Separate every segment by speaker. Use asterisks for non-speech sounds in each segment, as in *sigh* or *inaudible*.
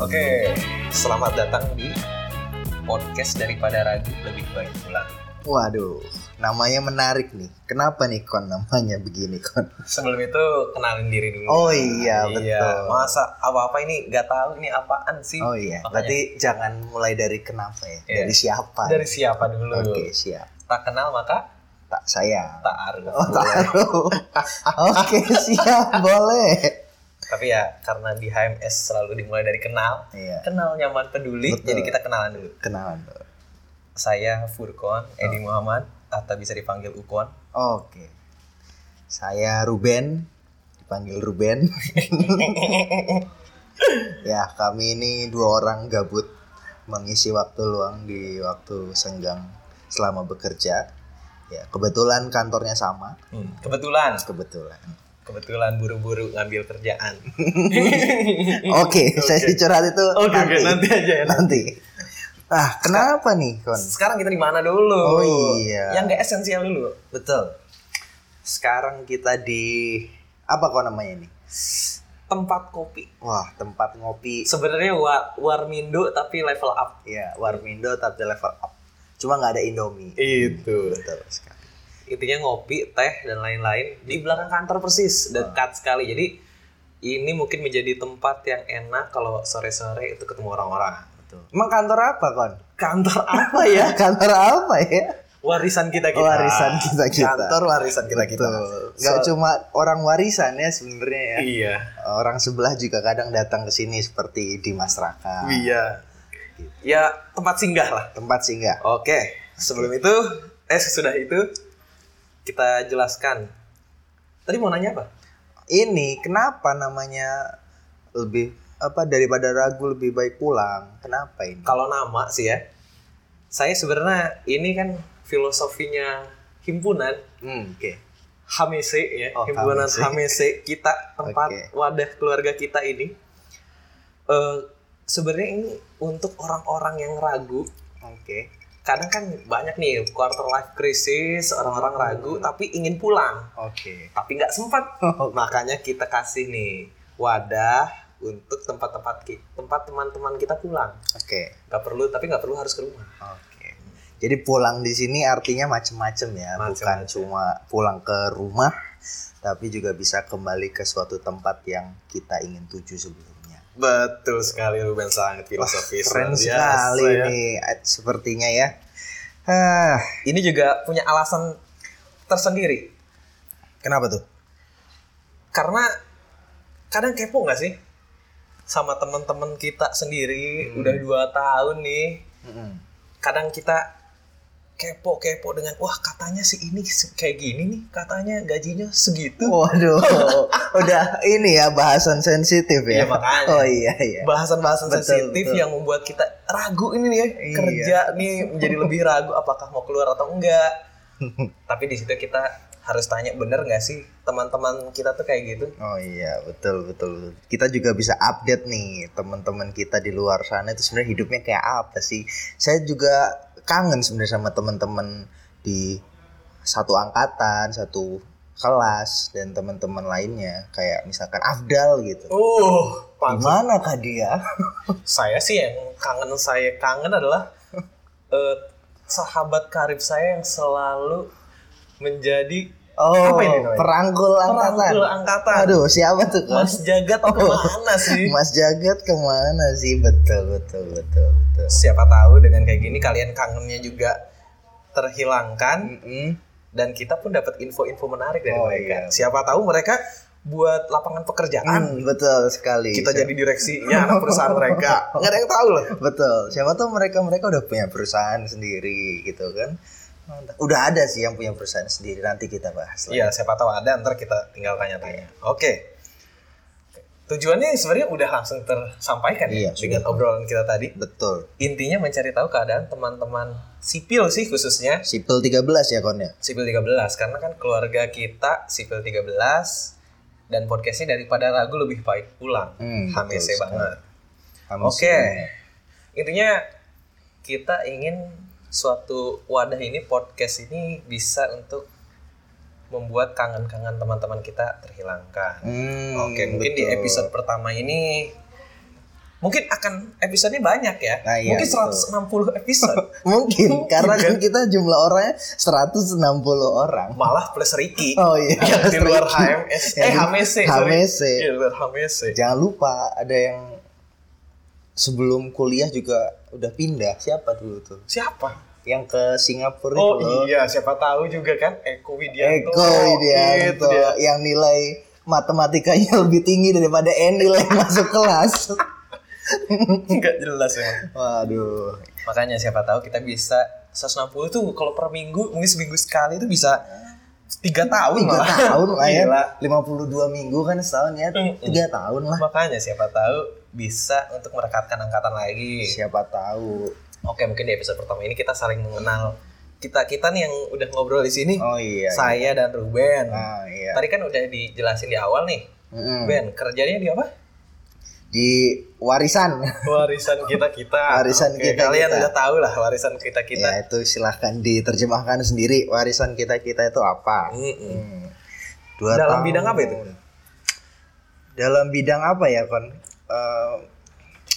Speaker 1: Oke, selamat datang di podcast daripada ragu lebih baik pulang.
Speaker 2: Waduh, namanya menarik nih. Kenapa nih kon namanya begini kon?
Speaker 1: Sebelum itu kenalin diri dulu.
Speaker 2: Oh iya, betul.
Speaker 1: Masa apa-apa ini nggak tahu ini apaan sih?
Speaker 2: Oh iya,
Speaker 1: Makanya.
Speaker 2: berarti jangan mulai dari kenapa ya,
Speaker 1: Iya.
Speaker 2: dari siapa?
Speaker 1: Dari siapa dulu?
Speaker 2: Oke siap,
Speaker 1: Tak kenal maka
Speaker 2: tak sayang.
Speaker 1: tak arif.
Speaker 2: Oh taruh. *laughs* Oke siap boleh.
Speaker 1: Tapi ya karena di HMS selalu dimulai dari kenal.
Speaker 2: Iya,
Speaker 1: Kenal nyaman peduli,
Speaker 2: Betul.
Speaker 1: jadi kita kenalan dulu.
Speaker 2: kenalan dulu.
Speaker 1: Saya Furkon
Speaker 2: Oh.
Speaker 1: Edi Muhammad atau bisa dipanggil Ukon.
Speaker 2: Oke, saya Ruben, dipanggil Ruben. *laughs* ya kami ini dua orang gabut mengisi waktu luang di waktu senggang selama bekerja. Ya kebetulan kantornya sama,
Speaker 1: Hmm, Kebetulan,
Speaker 2: *laughs* kebetulan.
Speaker 1: kebetulan buru-buru ngambil kerjaan.
Speaker 2: Oke, saya
Speaker 1: Oke.
Speaker 2: curhat itu
Speaker 1: Oke, oke,
Speaker 2: nanti.
Speaker 1: nanti aja ya.
Speaker 2: Nanti. Ah, kenapa nih kon?
Speaker 1: Sekarang kita di mana dulu?
Speaker 2: Hmm. Oh, iya.
Speaker 1: Yang gak esensial dulu.
Speaker 2: Betul. Sekarang kita di apa kon namanya nih?
Speaker 1: Tempat kopi.
Speaker 2: Wah, tempat ngopi
Speaker 1: Sebenarnya war, warmindo tapi level up.
Speaker 2: Ya, Warmindo tapi level up. Cuma nggak ada Indomie.
Speaker 1: Itu.
Speaker 2: Betul sekali.
Speaker 1: Intinya ngopi, teh dan lain-lain di belakang kantor persis, dekat sekali. Jadi ini mungkin menjadi tempat yang enak kalau sore-sore itu ketemu orang-orang.
Speaker 2: Betul. Emang kantor apa, Kon? *laughs*
Speaker 1: Kantor apa ya?
Speaker 2: Oh iya, Kantor apa ya?
Speaker 1: Warisan kita kita.
Speaker 2: Warisan kita-kita.
Speaker 1: Kantor warisan kita kita.
Speaker 2: Betul. Nggak cuma orang warisan ya sebenarnya ya.
Speaker 1: Iya.
Speaker 2: Orang sebelah juga kadang datang ke sini seperti di masyarakat.
Speaker 1: Iya. Ya tempat singgah lah.
Speaker 2: Tempat singgah.
Speaker 1: Oke, sebelum itu, eh sesudah itu kita jelaskan. Tadi mau nanya apa?
Speaker 2: Ini kenapa namanya lebih apa daripada ragu lebih baik pulang? Kenapa ini?
Speaker 1: Kalau nama sih ya, saya sebenarnya ini kan filosofinya himpunan
Speaker 2: Hmm, oke.
Speaker 1: HMC ya,
Speaker 2: Oh,
Speaker 1: himpunan
Speaker 2: HMC.
Speaker 1: HMC E kita tempat
Speaker 2: Oke.
Speaker 1: wadah keluarga kita ini. Eh sebenarnya ini untuk orang-orang yang ragu
Speaker 2: Oke.
Speaker 1: kadang kan banyak nih quarter life crisis orang-orang ragu
Speaker 2: Hmm.
Speaker 1: tapi ingin pulang
Speaker 2: *laughs* Oke.
Speaker 1: tapi nggak sempat makanya kita kasih nih wadah untuk tempat-tempat ki- tempat teman-teman kita pulang
Speaker 2: Oke.
Speaker 1: nggak perlu tapi nggak perlu harus ke rumah
Speaker 2: Oke. Jadi pulang di sini artinya macem-macem ya, bukan
Speaker 1: Macem-macem.
Speaker 2: cuma pulang ke rumah, tapi juga bisa kembali ke suatu tempat yang kita ingin tuju sebelumnya.
Speaker 1: betul sekali Ruben sangat filosofis
Speaker 2: Keren sekali
Speaker 1: ya.
Speaker 2: nih, eh, sepertinya ya. Ah. Hah,
Speaker 1: ini juga punya alasan tersendiri
Speaker 2: kenapa tuh?
Speaker 1: karena kadang kepo nggak sih sama teman-teman kita sendiri udah dua tahun nih
Speaker 2: Mm-mm.
Speaker 1: kadang kita kepo-kepo dengan wah katanya si ini se- kayak gini nih katanya gajinya segitu
Speaker 2: Waduh,
Speaker 1: *laughs*
Speaker 2: udah ini ya bahasan sensitif ya.
Speaker 1: Iya, makanya.
Speaker 2: Oh iya iya.
Speaker 1: bahasan-bahasan
Speaker 2: Betul,
Speaker 1: sensitif
Speaker 2: betul.
Speaker 1: yang membuat kita ragu ini nih ya
Speaker 2: Iya.
Speaker 1: kerja nih menjadi lebih ragu apakah mau keluar atau
Speaker 2: *laughs*
Speaker 1: enggak tapi di situ kita harus tanya bener nggak sih teman-teman kita tuh kayak gitu
Speaker 2: Oh iya betul betul. betul. Kita juga bisa update nih teman-teman kita di luar sana itu sebenarnya hidupnya kayak apa sih? Saya juga kangen sebenarnya sama teman-teman di satu angkatan, satu kelas dan teman-teman lainnya kayak misalkan Afdal gitu.
Speaker 1: uh
Speaker 2: Gimana kah dia?
Speaker 1: saya sih yang kangen saya kangen
Speaker 2: *laughs*
Speaker 1: adalah eh, sahabat karib saya yang selalu menjadi
Speaker 2: Oh,
Speaker 1: Apa ini namanya?
Speaker 2: perangkul angkatan.
Speaker 1: perangkul angkatan
Speaker 2: Aduh, siapa tuh? Kon?
Speaker 1: Mas Jagat kemana
Speaker 2: *laughs*
Speaker 1: sih
Speaker 2: Mas Jagat kemana sih? Betul betul betul betul.
Speaker 1: siapa tahu dengan kayak gini kalian kangennya juga terhilangkan
Speaker 2: Mm-mm.
Speaker 1: dan kita pun dapat info-info menarik dari
Speaker 2: Oh,
Speaker 1: mereka.
Speaker 2: iya.
Speaker 1: Siapa tahu mereka buat lapangan pekerjaan.
Speaker 2: Hmm, iya. betul sekali.
Speaker 1: Kita jadi direksinya anak perusahaan
Speaker 2: *laughs*
Speaker 1: mereka. Nggak ada yang tahu loh.
Speaker 2: Betul. Siapa tahu mereka mereka udah punya perusahaan sendiri gitu kan. Udah ada sih yang punya perusahaan sendiri. Nanti kita bahas lagi.
Speaker 1: Iya, siapa tahu ada ntar kita tinggal tanya-tanya. Oke. Tujuannya sebenarnya udah langsung tersampaikan ya
Speaker 2: Iya,
Speaker 1: dengan
Speaker 2: sudah.
Speaker 1: obrolan kita tadi.
Speaker 2: Betul.
Speaker 1: Intinya mencari tahu keadaan teman-teman sipil sih khususnya
Speaker 2: Sipil 13 ya Kon ya?
Speaker 1: sipil 13 karena kan keluarga kita sipil 13 dan podcastnya daripada ragu lebih baik pulang.
Speaker 2: Hmm,
Speaker 1: HMC
Speaker 2: betul sekali.
Speaker 1: banget.
Speaker 2: Kamu
Speaker 1: Oke.
Speaker 2: sipilnya.
Speaker 1: Intinya kita ingin suatu wadah ini podcast ini bisa untuk membuat kangen-kangen teman-teman kita terhilangkan.
Speaker 2: Hmm,
Speaker 1: Oke, mungkin di
Speaker 2: betul.
Speaker 1: episode pertama ini mungkin akan episodenya banyak ya.
Speaker 2: Nah, iya,
Speaker 1: mungkin 160
Speaker 2: betul.
Speaker 1: episode.
Speaker 2: *laughs* Mungkin
Speaker 1: *laughs*
Speaker 2: karena kan kita jumlah orangnya 160 orang.
Speaker 1: Malah plus Ricky.
Speaker 2: Oh iya.
Speaker 1: di luar HMS.
Speaker 2: Ya,
Speaker 1: Eh,
Speaker 2: di-
Speaker 1: HMC. sorry.
Speaker 2: HMC.
Speaker 1: Iya, di luar HMC.
Speaker 2: Jangan lupa ada yang sebelum kuliah juga udah pindah. Siapa dulu tuh?
Speaker 1: Siapa?
Speaker 2: Yang ke Singapura
Speaker 1: Oh
Speaker 2: itu loh.
Speaker 1: iya, siapa tahu juga kan Eko Widianto.
Speaker 2: Eko Widianto
Speaker 1: Gitu dia.
Speaker 2: ya, yang nilai matematikanya *laughs* lebih tinggi daripada N nilai *laughs* masuk kelas.
Speaker 1: Nggak jelas ya.
Speaker 2: Waduh.
Speaker 1: Makanya siapa tahu kita bisa 160 tuh kalau per minggu mungkin seminggu sekali itu bisa tiga tahun
Speaker 2: Tiga
Speaker 1: malah.
Speaker 2: tahun lah ya.
Speaker 1: Gila. Mm,
Speaker 2: 52 minggu kan setahun ya.
Speaker 1: Mm-mm.
Speaker 2: Tiga tahun lah.
Speaker 1: Makanya siapa tahu bisa untuk merekatkan angkatan lagi.
Speaker 2: Siapa tahu.
Speaker 1: Oke, mungkin di episode pertama ini kita saling mengenal kita kita nih yang udah ngobrol di sini.
Speaker 2: Oh iya.
Speaker 1: saya dan Ruben.
Speaker 2: Ah, iya. Hmm.
Speaker 1: Tadi kan udah dijelasin di awal nih.
Speaker 2: Mm-mm.
Speaker 1: Ben, kerjanya di apa?
Speaker 2: Di warisan.
Speaker 1: Warisan kita kita.
Speaker 2: Warisan kita-kita.
Speaker 1: Kalian udah tahu lah warisan kita kita.
Speaker 2: Ya itu silahkan diterjemahkan sendiri warisan kita kita itu apa. Hmm. Dua
Speaker 1: Dalam bidang apa itu?
Speaker 2: Dalam bidang apa ya kon? Eh,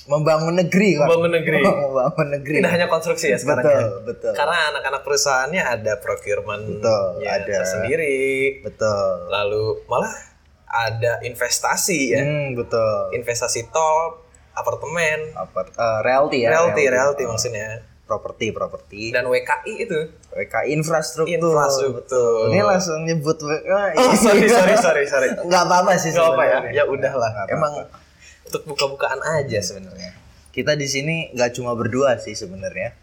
Speaker 2: membangun negeri kon.
Speaker 1: Membangun
Speaker 2: *laughs*
Speaker 1: negeri.
Speaker 2: membangun negeri.
Speaker 1: Tidak hanya konstruksi ya sekarang
Speaker 2: betul,
Speaker 1: ya.
Speaker 2: betul,
Speaker 1: Karena anak-anak perusahaannya ada procurement
Speaker 2: Betul,
Speaker 1: ya,
Speaker 2: ada.
Speaker 1: tersendiri.
Speaker 2: betul.
Speaker 1: Lalu malah ada investasi ya.
Speaker 2: Hmm, betul.
Speaker 1: Investasi tol, apartemen,
Speaker 2: Apa? eh, realty ya.
Speaker 1: realty, realty
Speaker 2: Eh,
Speaker 1: maksudnya.
Speaker 2: Properti, properti.
Speaker 1: Dan WKI itu
Speaker 2: WK infrastruktur.
Speaker 1: infrastruktur.
Speaker 2: Ini langsung nyebut WK.
Speaker 1: Oh, *laughs* sorry, sorry, sorry, sorry.
Speaker 2: Nggak apa-apa sih
Speaker 1: Gak apa ya? Ya
Speaker 2: sebenarnya.
Speaker 1: udahlah.
Speaker 2: Nggak apa-apa.
Speaker 1: Emang untuk buka-bukaan aja sebenarnya.
Speaker 2: kita di sini nggak cuma berdua sih sebenarnya.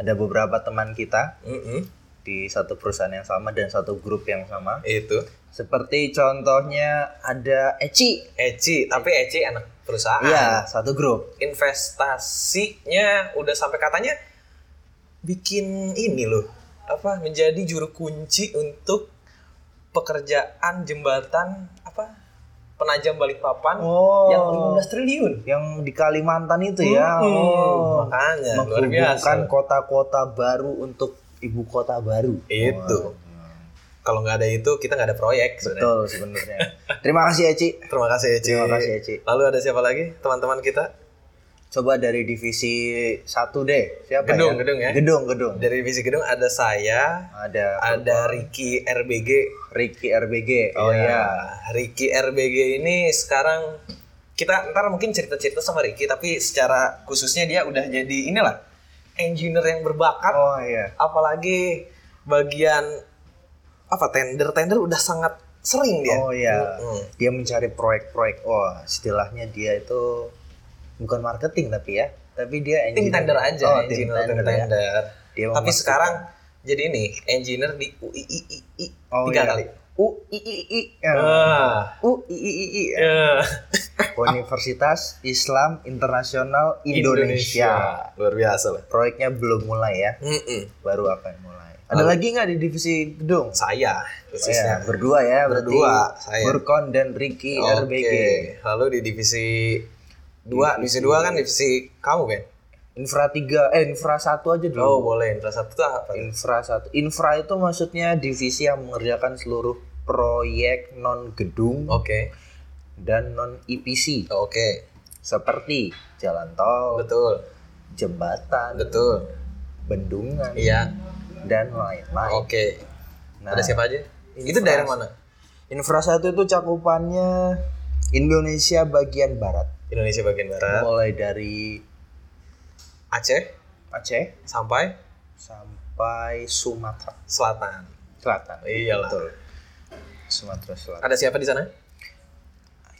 Speaker 2: Ada beberapa teman kita
Speaker 1: Mm-mm,
Speaker 2: di satu perusahaan yang sama dan satu grup yang sama.
Speaker 1: Itu.
Speaker 2: Seperti contohnya ada Eci.
Speaker 1: Eci, tapi Eci anak perusahaan.
Speaker 2: Iya, satu grup.
Speaker 1: Investasinya udah sampai katanya bikin ini loh. Apa menjadi juru kunci untuk pekerjaan jembatan apa? Penajam Balikpapan
Speaker 2: Oh.
Speaker 1: yang 15 triliun.
Speaker 2: Yang di Kalimantan itu ya.
Speaker 1: Mm-mm,
Speaker 2: Oh.
Speaker 1: Makanya Iya, luar biasa.
Speaker 2: Menghubungkan kota-kota baru untuk ibu kota baru.
Speaker 1: Itu. Kalau nggak ada itu kita nggak ada proyek sebenarnya.
Speaker 2: Betul sebenarnya. Terima kasih Eci.
Speaker 1: Terima kasih Eci.
Speaker 2: Terima kasih Eci.
Speaker 1: Lalu ada siapa lagi teman-teman kita
Speaker 2: Coba dari divisi 1 deh. Siapa
Speaker 1: Gedung,
Speaker 2: ya?
Speaker 1: gedung ya.
Speaker 2: Gedung, gedung.
Speaker 1: dari divisi gedung ada saya,
Speaker 2: Ada
Speaker 1: ada Ricky RBG.
Speaker 2: Ricky RBG. Oh
Speaker 1: Ya,
Speaker 2: iya.
Speaker 1: Ricky RBG ini sekarang kita ntar mungkin cerita-cerita sama Ricky tapi secara khususnya dia udah jadi inilah engineer yang berbakat
Speaker 2: Oh iya.
Speaker 1: apalagi bagian apa tender tender udah sangat sering dia.
Speaker 2: Oh iya.
Speaker 1: Mm.
Speaker 2: Dia mencari proyek-proyek. Oh, istilahnya dia itu bukan marketing tapi ya, tapi dia
Speaker 1: Tim
Speaker 2: engineer.
Speaker 1: tender aja,
Speaker 2: Oh, tim
Speaker 1: engineer tim
Speaker 2: tender. ya.
Speaker 1: tender.
Speaker 2: Dia
Speaker 1: Tapi
Speaker 2: memastikan.
Speaker 1: sekarang jadi ini engineer di UIII
Speaker 2: Oh,
Speaker 1: tiga
Speaker 2: iya.
Speaker 1: kali.
Speaker 2: U I I I. Ya.
Speaker 1: Ah,
Speaker 2: U I I I. I.
Speaker 1: ya.
Speaker 2: Universitas Islam Internasional Indonesia.
Speaker 1: luar biasa lah.
Speaker 2: Proyeknya belum mulai ya,
Speaker 1: Mm-mm.
Speaker 2: baru akan mulai. Ada lagi nggak di divisi gedung?
Speaker 1: Saya
Speaker 2: Ya,
Speaker 1: khususnya.
Speaker 2: berdua ya, berarti
Speaker 1: Berdua, saya.
Speaker 2: Burkon dan Ricky
Speaker 1: Oke.
Speaker 2: RBG.
Speaker 1: Lalu di divisi dua, divisi dua kan divisi kamu Ben.
Speaker 2: Infra 3 eh infra 1 aja dulu.
Speaker 1: Oh boleh. Terus satu tuh apa?
Speaker 2: Infra satu. Infra itu maksudnya divisi yang mengerjakan seluruh proyek non gedung
Speaker 1: Oke,
Speaker 2: dan non EPC
Speaker 1: oke,
Speaker 2: seperti jalan tol,
Speaker 1: betul,
Speaker 2: jembatan,
Speaker 1: betul.
Speaker 2: bendungan
Speaker 1: Iya,
Speaker 2: dan lain-lain.
Speaker 1: oke.
Speaker 2: Nah,
Speaker 1: Ada siapa aja? Itu daerah mana?
Speaker 2: infra satu itu cakupannya Indonesia bagian barat,
Speaker 1: Indonesia bagian barat,
Speaker 2: mulai dari
Speaker 1: Aceh
Speaker 2: Aceh
Speaker 1: sampai
Speaker 2: sampai Sumatera
Speaker 1: selatan.
Speaker 2: Selatan. Iya,
Speaker 1: Iyalah.
Speaker 2: Betul. Sumatera Selatan.
Speaker 1: Ada siapa di sana?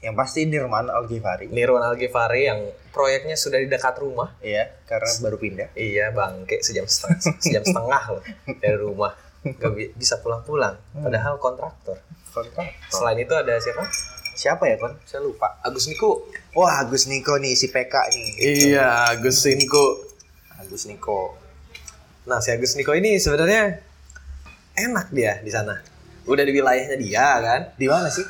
Speaker 2: Yang pasti Nirman Al Ghifari.
Speaker 1: Nirwan Algifari yang proyeknya sudah di dekat rumah.
Speaker 2: Iya, karena baru pindah.
Speaker 1: Iya bangke sejam
Speaker 2: *laughs*
Speaker 1: setengah sejam setengah loh dari rumah gak bi- bisa pulang-pulang.
Speaker 2: Hmm.
Speaker 1: Padahal kontraktor.
Speaker 2: Kontrak.
Speaker 1: Selain itu ada siapa?
Speaker 2: Siapa ya kon? Saya lupa.
Speaker 1: Agus Niko.
Speaker 2: Wah Agus Niko nih si PK nih.
Speaker 1: Iya Agus Niko.
Speaker 2: Agus Niko.
Speaker 1: Nah si Agus Niko ini sebenarnya enak dia di sana. Udah di wilayahnya dia kan.
Speaker 2: Di mana sih?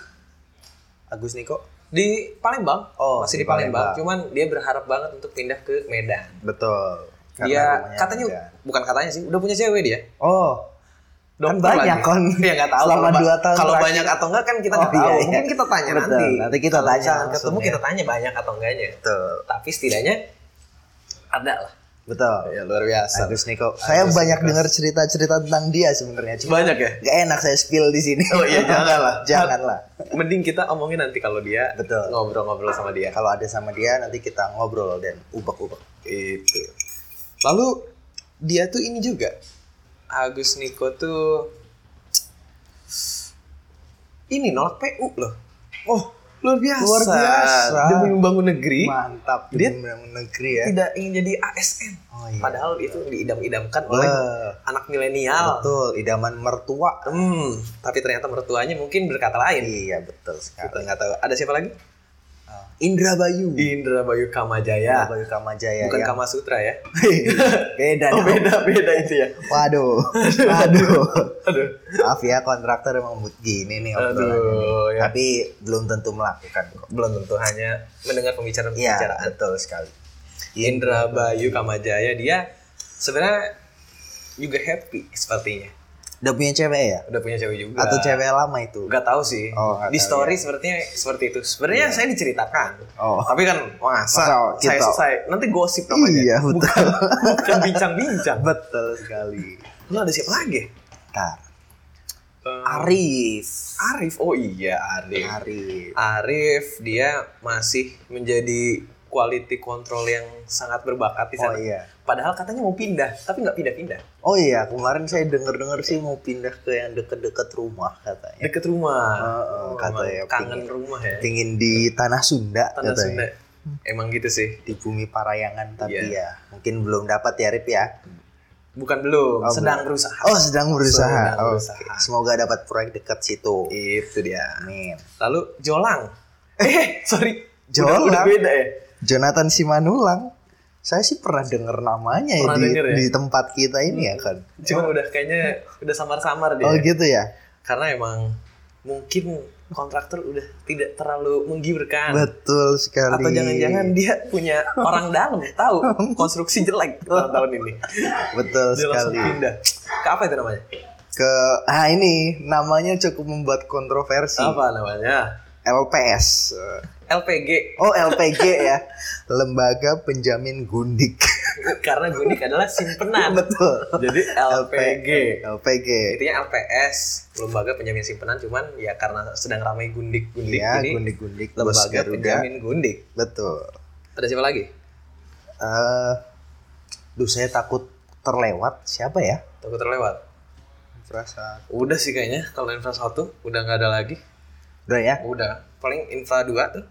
Speaker 2: Agus Niko.
Speaker 1: Di Palembang.
Speaker 2: Oh,
Speaker 1: masih
Speaker 2: di
Speaker 1: di Palembang.
Speaker 2: Palembang.
Speaker 1: Cuman dia berharap banget untuk pindah ke Medan.
Speaker 2: Betul. Karena
Speaker 1: dia
Speaker 2: rumahnya
Speaker 1: Iya, katanya
Speaker 2: ada.
Speaker 1: bukan katanya sih udah punya cewek dia.
Speaker 2: Oh. Kan
Speaker 1: Dokter
Speaker 2: banyak
Speaker 1: lagi.
Speaker 2: kon.
Speaker 1: Iya, nggak tahu
Speaker 2: Selama
Speaker 1: kalau ba-
Speaker 2: dua tahun
Speaker 1: Kalau
Speaker 2: terakhir.
Speaker 1: banyak atau enggak kan kita
Speaker 2: Oh,
Speaker 1: nggak
Speaker 2: iya,
Speaker 1: tahu.
Speaker 2: iya.
Speaker 1: Mungkin kita tanya
Speaker 2: Betul,
Speaker 1: nanti.
Speaker 2: nanti kita
Speaker 1: Kalau
Speaker 2: tanya
Speaker 1: misalkan ketemu
Speaker 2: langsung ya.
Speaker 1: kita tanya banyak atau enggaknya.
Speaker 2: Betul.
Speaker 1: Tapi setidaknya ada lah.
Speaker 2: Betul.
Speaker 1: Ya luar biasa.
Speaker 2: Agus Niko. Saya
Speaker 1: Agus
Speaker 2: banyak
Speaker 1: Niko.
Speaker 2: dengar cerita-cerita tentang dia sebenarnya. Cuma
Speaker 1: Banyak ya?
Speaker 2: nggak enak saya spill di sini.
Speaker 1: Oh iya, janganlah.
Speaker 2: *laughs* janganlah.
Speaker 1: Mending kita omongin nanti kalau dia
Speaker 2: Betul.
Speaker 1: ngobrol-ngobrol sama dia.
Speaker 2: Ya, Kalau ada sama dia nanti kita ngobrol dan ubak-ubak.
Speaker 1: Itu. Lalu dia tuh ini juga. Agus Niko tuh ini nolak PU loh.
Speaker 2: Oh,
Speaker 1: Luar biasa.
Speaker 2: Luar biasa.
Speaker 1: Demi membangun negeri,
Speaker 2: mantap.
Speaker 1: Dia-
Speaker 2: Dia membangun negeri ya.
Speaker 1: tidak ingin jadi ASN.
Speaker 2: Oh iya.
Speaker 1: Padahal itu diidam-idamkan oleh
Speaker 2: Wah,
Speaker 1: anak milenial.
Speaker 2: betul, idaman mertua.
Speaker 1: Hmm, tapi ternyata mertuanya mungkin berkata lain.
Speaker 2: Iya, betul
Speaker 1: Kita
Speaker 2: sekali. Iya,
Speaker 1: nggak tahu. Ada siapa lagi?
Speaker 2: Ah, Indra Bayu.
Speaker 1: Indra Bayu
Speaker 2: Indra
Speaker 1: Kamajaya.
Speaker 2: Bayu
Speaker 1: Ya.
Speaker 2: Kamajaya
Speaker 1: Bukan
Speaker 2: yang-
Speaker 1: Kama Sutra ya.
Speaker 2: *laughs* beda.
Speaker 1: Oh,
Speaker 2: dong.
Speaker 1: *laughs* beda beda itu ya.
Speaker 2: Waduh. Waduh.
Speaker 1: Aduh.
Speaker 2: Maaf ya kontraktor emang begini nih obrolannya nih.
Speaker 1: Aduh, ya.
Speaker 2: Tapi belum tentu melakukan kok.
Speaker 1: belum tentu hanya mendengar
Speaker 2: Iya,
Speaker 1: pembicaraan-pembicaraan.
Speaker 2: betul sekali.
Speaker 1: Indra Bayu Kamajaya dia sebenarnya juga happy sepertinya.
Speaker 2: Udah punya cewek ya?
Speaker 1: Udah punya cewek juga.
Speaker 2: Atau cewek lama itu?
Speaker 1: Gak tahu sih.
Speaker 2: Oh, nggak
Speaker 1: Di
Speaker 2: tahu,
Speaker 1: story
Speaker 2: ya.
Speaker 1: sepertinya seperti itu. Sebenarnya saya diceritakan.
Speaker 2: Oh. *laughs*
Speaker 1: Tapi kan
Speaker 2: Masa
Speaker 1: masa saya
Speaker 2: kita-
Speaker 1: selesai nanti gosip namanya.
Speaker 2: Iya, betul.
Speaker 1: Bukan bukan bincang-bincang.
Speaker 2: Betul sekali.
Speaker 1: Lu ada siapa lagi?
Speaker 2: Bentar.
Speaker 1: Eh,
Speaker 2: Arif.
Speaker 1: Arif. Oh iya, Arif.
Speaker 2: Arif.
Speaker 1: Arif dia masih menjadi quality control yang sangat berbakat di
Speaker 2: Oh
Speaker 1: sana.
Speaker 2: iya.
Speaker 1: Padahal katanya mau pindah, tapi nggak pindah-pindah.
Speaker 2: Oh iya, kemarin saya denger-denger sih mau pindah ke yang deket-deket rumah katanya.
Speaker 1: Deket rumah.
Speaker 2: Heeh, katanya
Speaker 1: emang kangen rumah ya.
Speaker 2: Pingin di tanah Sunda
Speaker 1: Tanah Sunda.
Speaker 2: katanya.
Speaker 1: Emang gitu sih.
Speaker 2: Di bumi Parayangan tapi
Speaker 1: Iya.
Speaker 2: ya mungkin belum dapat ya Arif ya.
Speaker 1: Bukan belum,
Speaker 2: Oh,
Speaker 1: sedang berusaha.
Speaker 2: Oh sedang berusaha.
Speaker 1: Sedang
Speaker 2: Oh,
Speaker 1: berusaha.
Speaker 2: oke. Semoga dapat proyek dekat situ.
Speaker 1: Itu dia.
Speaker 2: Amin.
Speaker 1: Lalu Jolang. Eh, *laughs* sorry. Udah-
Speaker 2: Jolang?
Speaker 1: Udah, beda ya.
Speaker 2: Jonathan Simanulang. Saya sih pernah denger namanya ya,
Speaker 1: Pernah
Speaker 2: di,
Speaker 1: denger ya?
Speaker 2: di tempat kita ini ya kan.
Speaker 1: Cuman udah kayaknya udah samar-samar dia.
Speaker 2: Oh gitu ya.
Speaker 1: Karena emang mungkin kontraktor udah tidak terlalu menggiurkan.
Speaker 2: Betul sekali.
Speaker 1: Iya. Atau jangan-jangan dia punya orang dalam
Speaker 2: *laughs*
Speaker 1: tahu konstruksi jelek tahun tahun ini.
Speaker 2: betul
Speaker 1: Dia langsung
Speaker 2: sekali.
Speaker 1: pindah. Ke apa itu namanya?
Speaker 2: Ke ah ini namanya cukup membuat kontroversi.
Speaker 1: Apa namanya?
Speaker 2: LPS.
Speaker 1: LPG.
Speaker 2: Oh LPG
Speaker 1: *laughs*
Speaker 2: ya. Lembaga Penjamin Gundik.
Speaker 1: Karena gundik adalah simpenan.
Speaker 2: *laughs* betul.
Speaker 1: Jadi LPG.
Speaker 2: LPG.
Speaker 1: Intinya LPS, Lembaga Penjamin Simpanan, cuman ya karena sedang ramai gundik-gundik,
Speaker 2: Ya,
Speaker 1: jadi
Speaker 2: gundik-gundik Bos
Speaker 1: Lembaga
Speaker 2: Garuda.
Speaker 1: Penjamin Gundik.
Speaker 2: Betul.
Speaker 1: Ada siapa lagi?
Speaker 2: eh duh saya takut terlewat siapa ya?
Speaker 1: Takut terlewat.
Speaker 2: Perasaan.
Speaker 1: Udah sih kayaknya kalau infra 1 udah nggak ada lagi.
Speaker 2: Udah ya.
Speaker 1: Udah. Paling infra 2 tuh.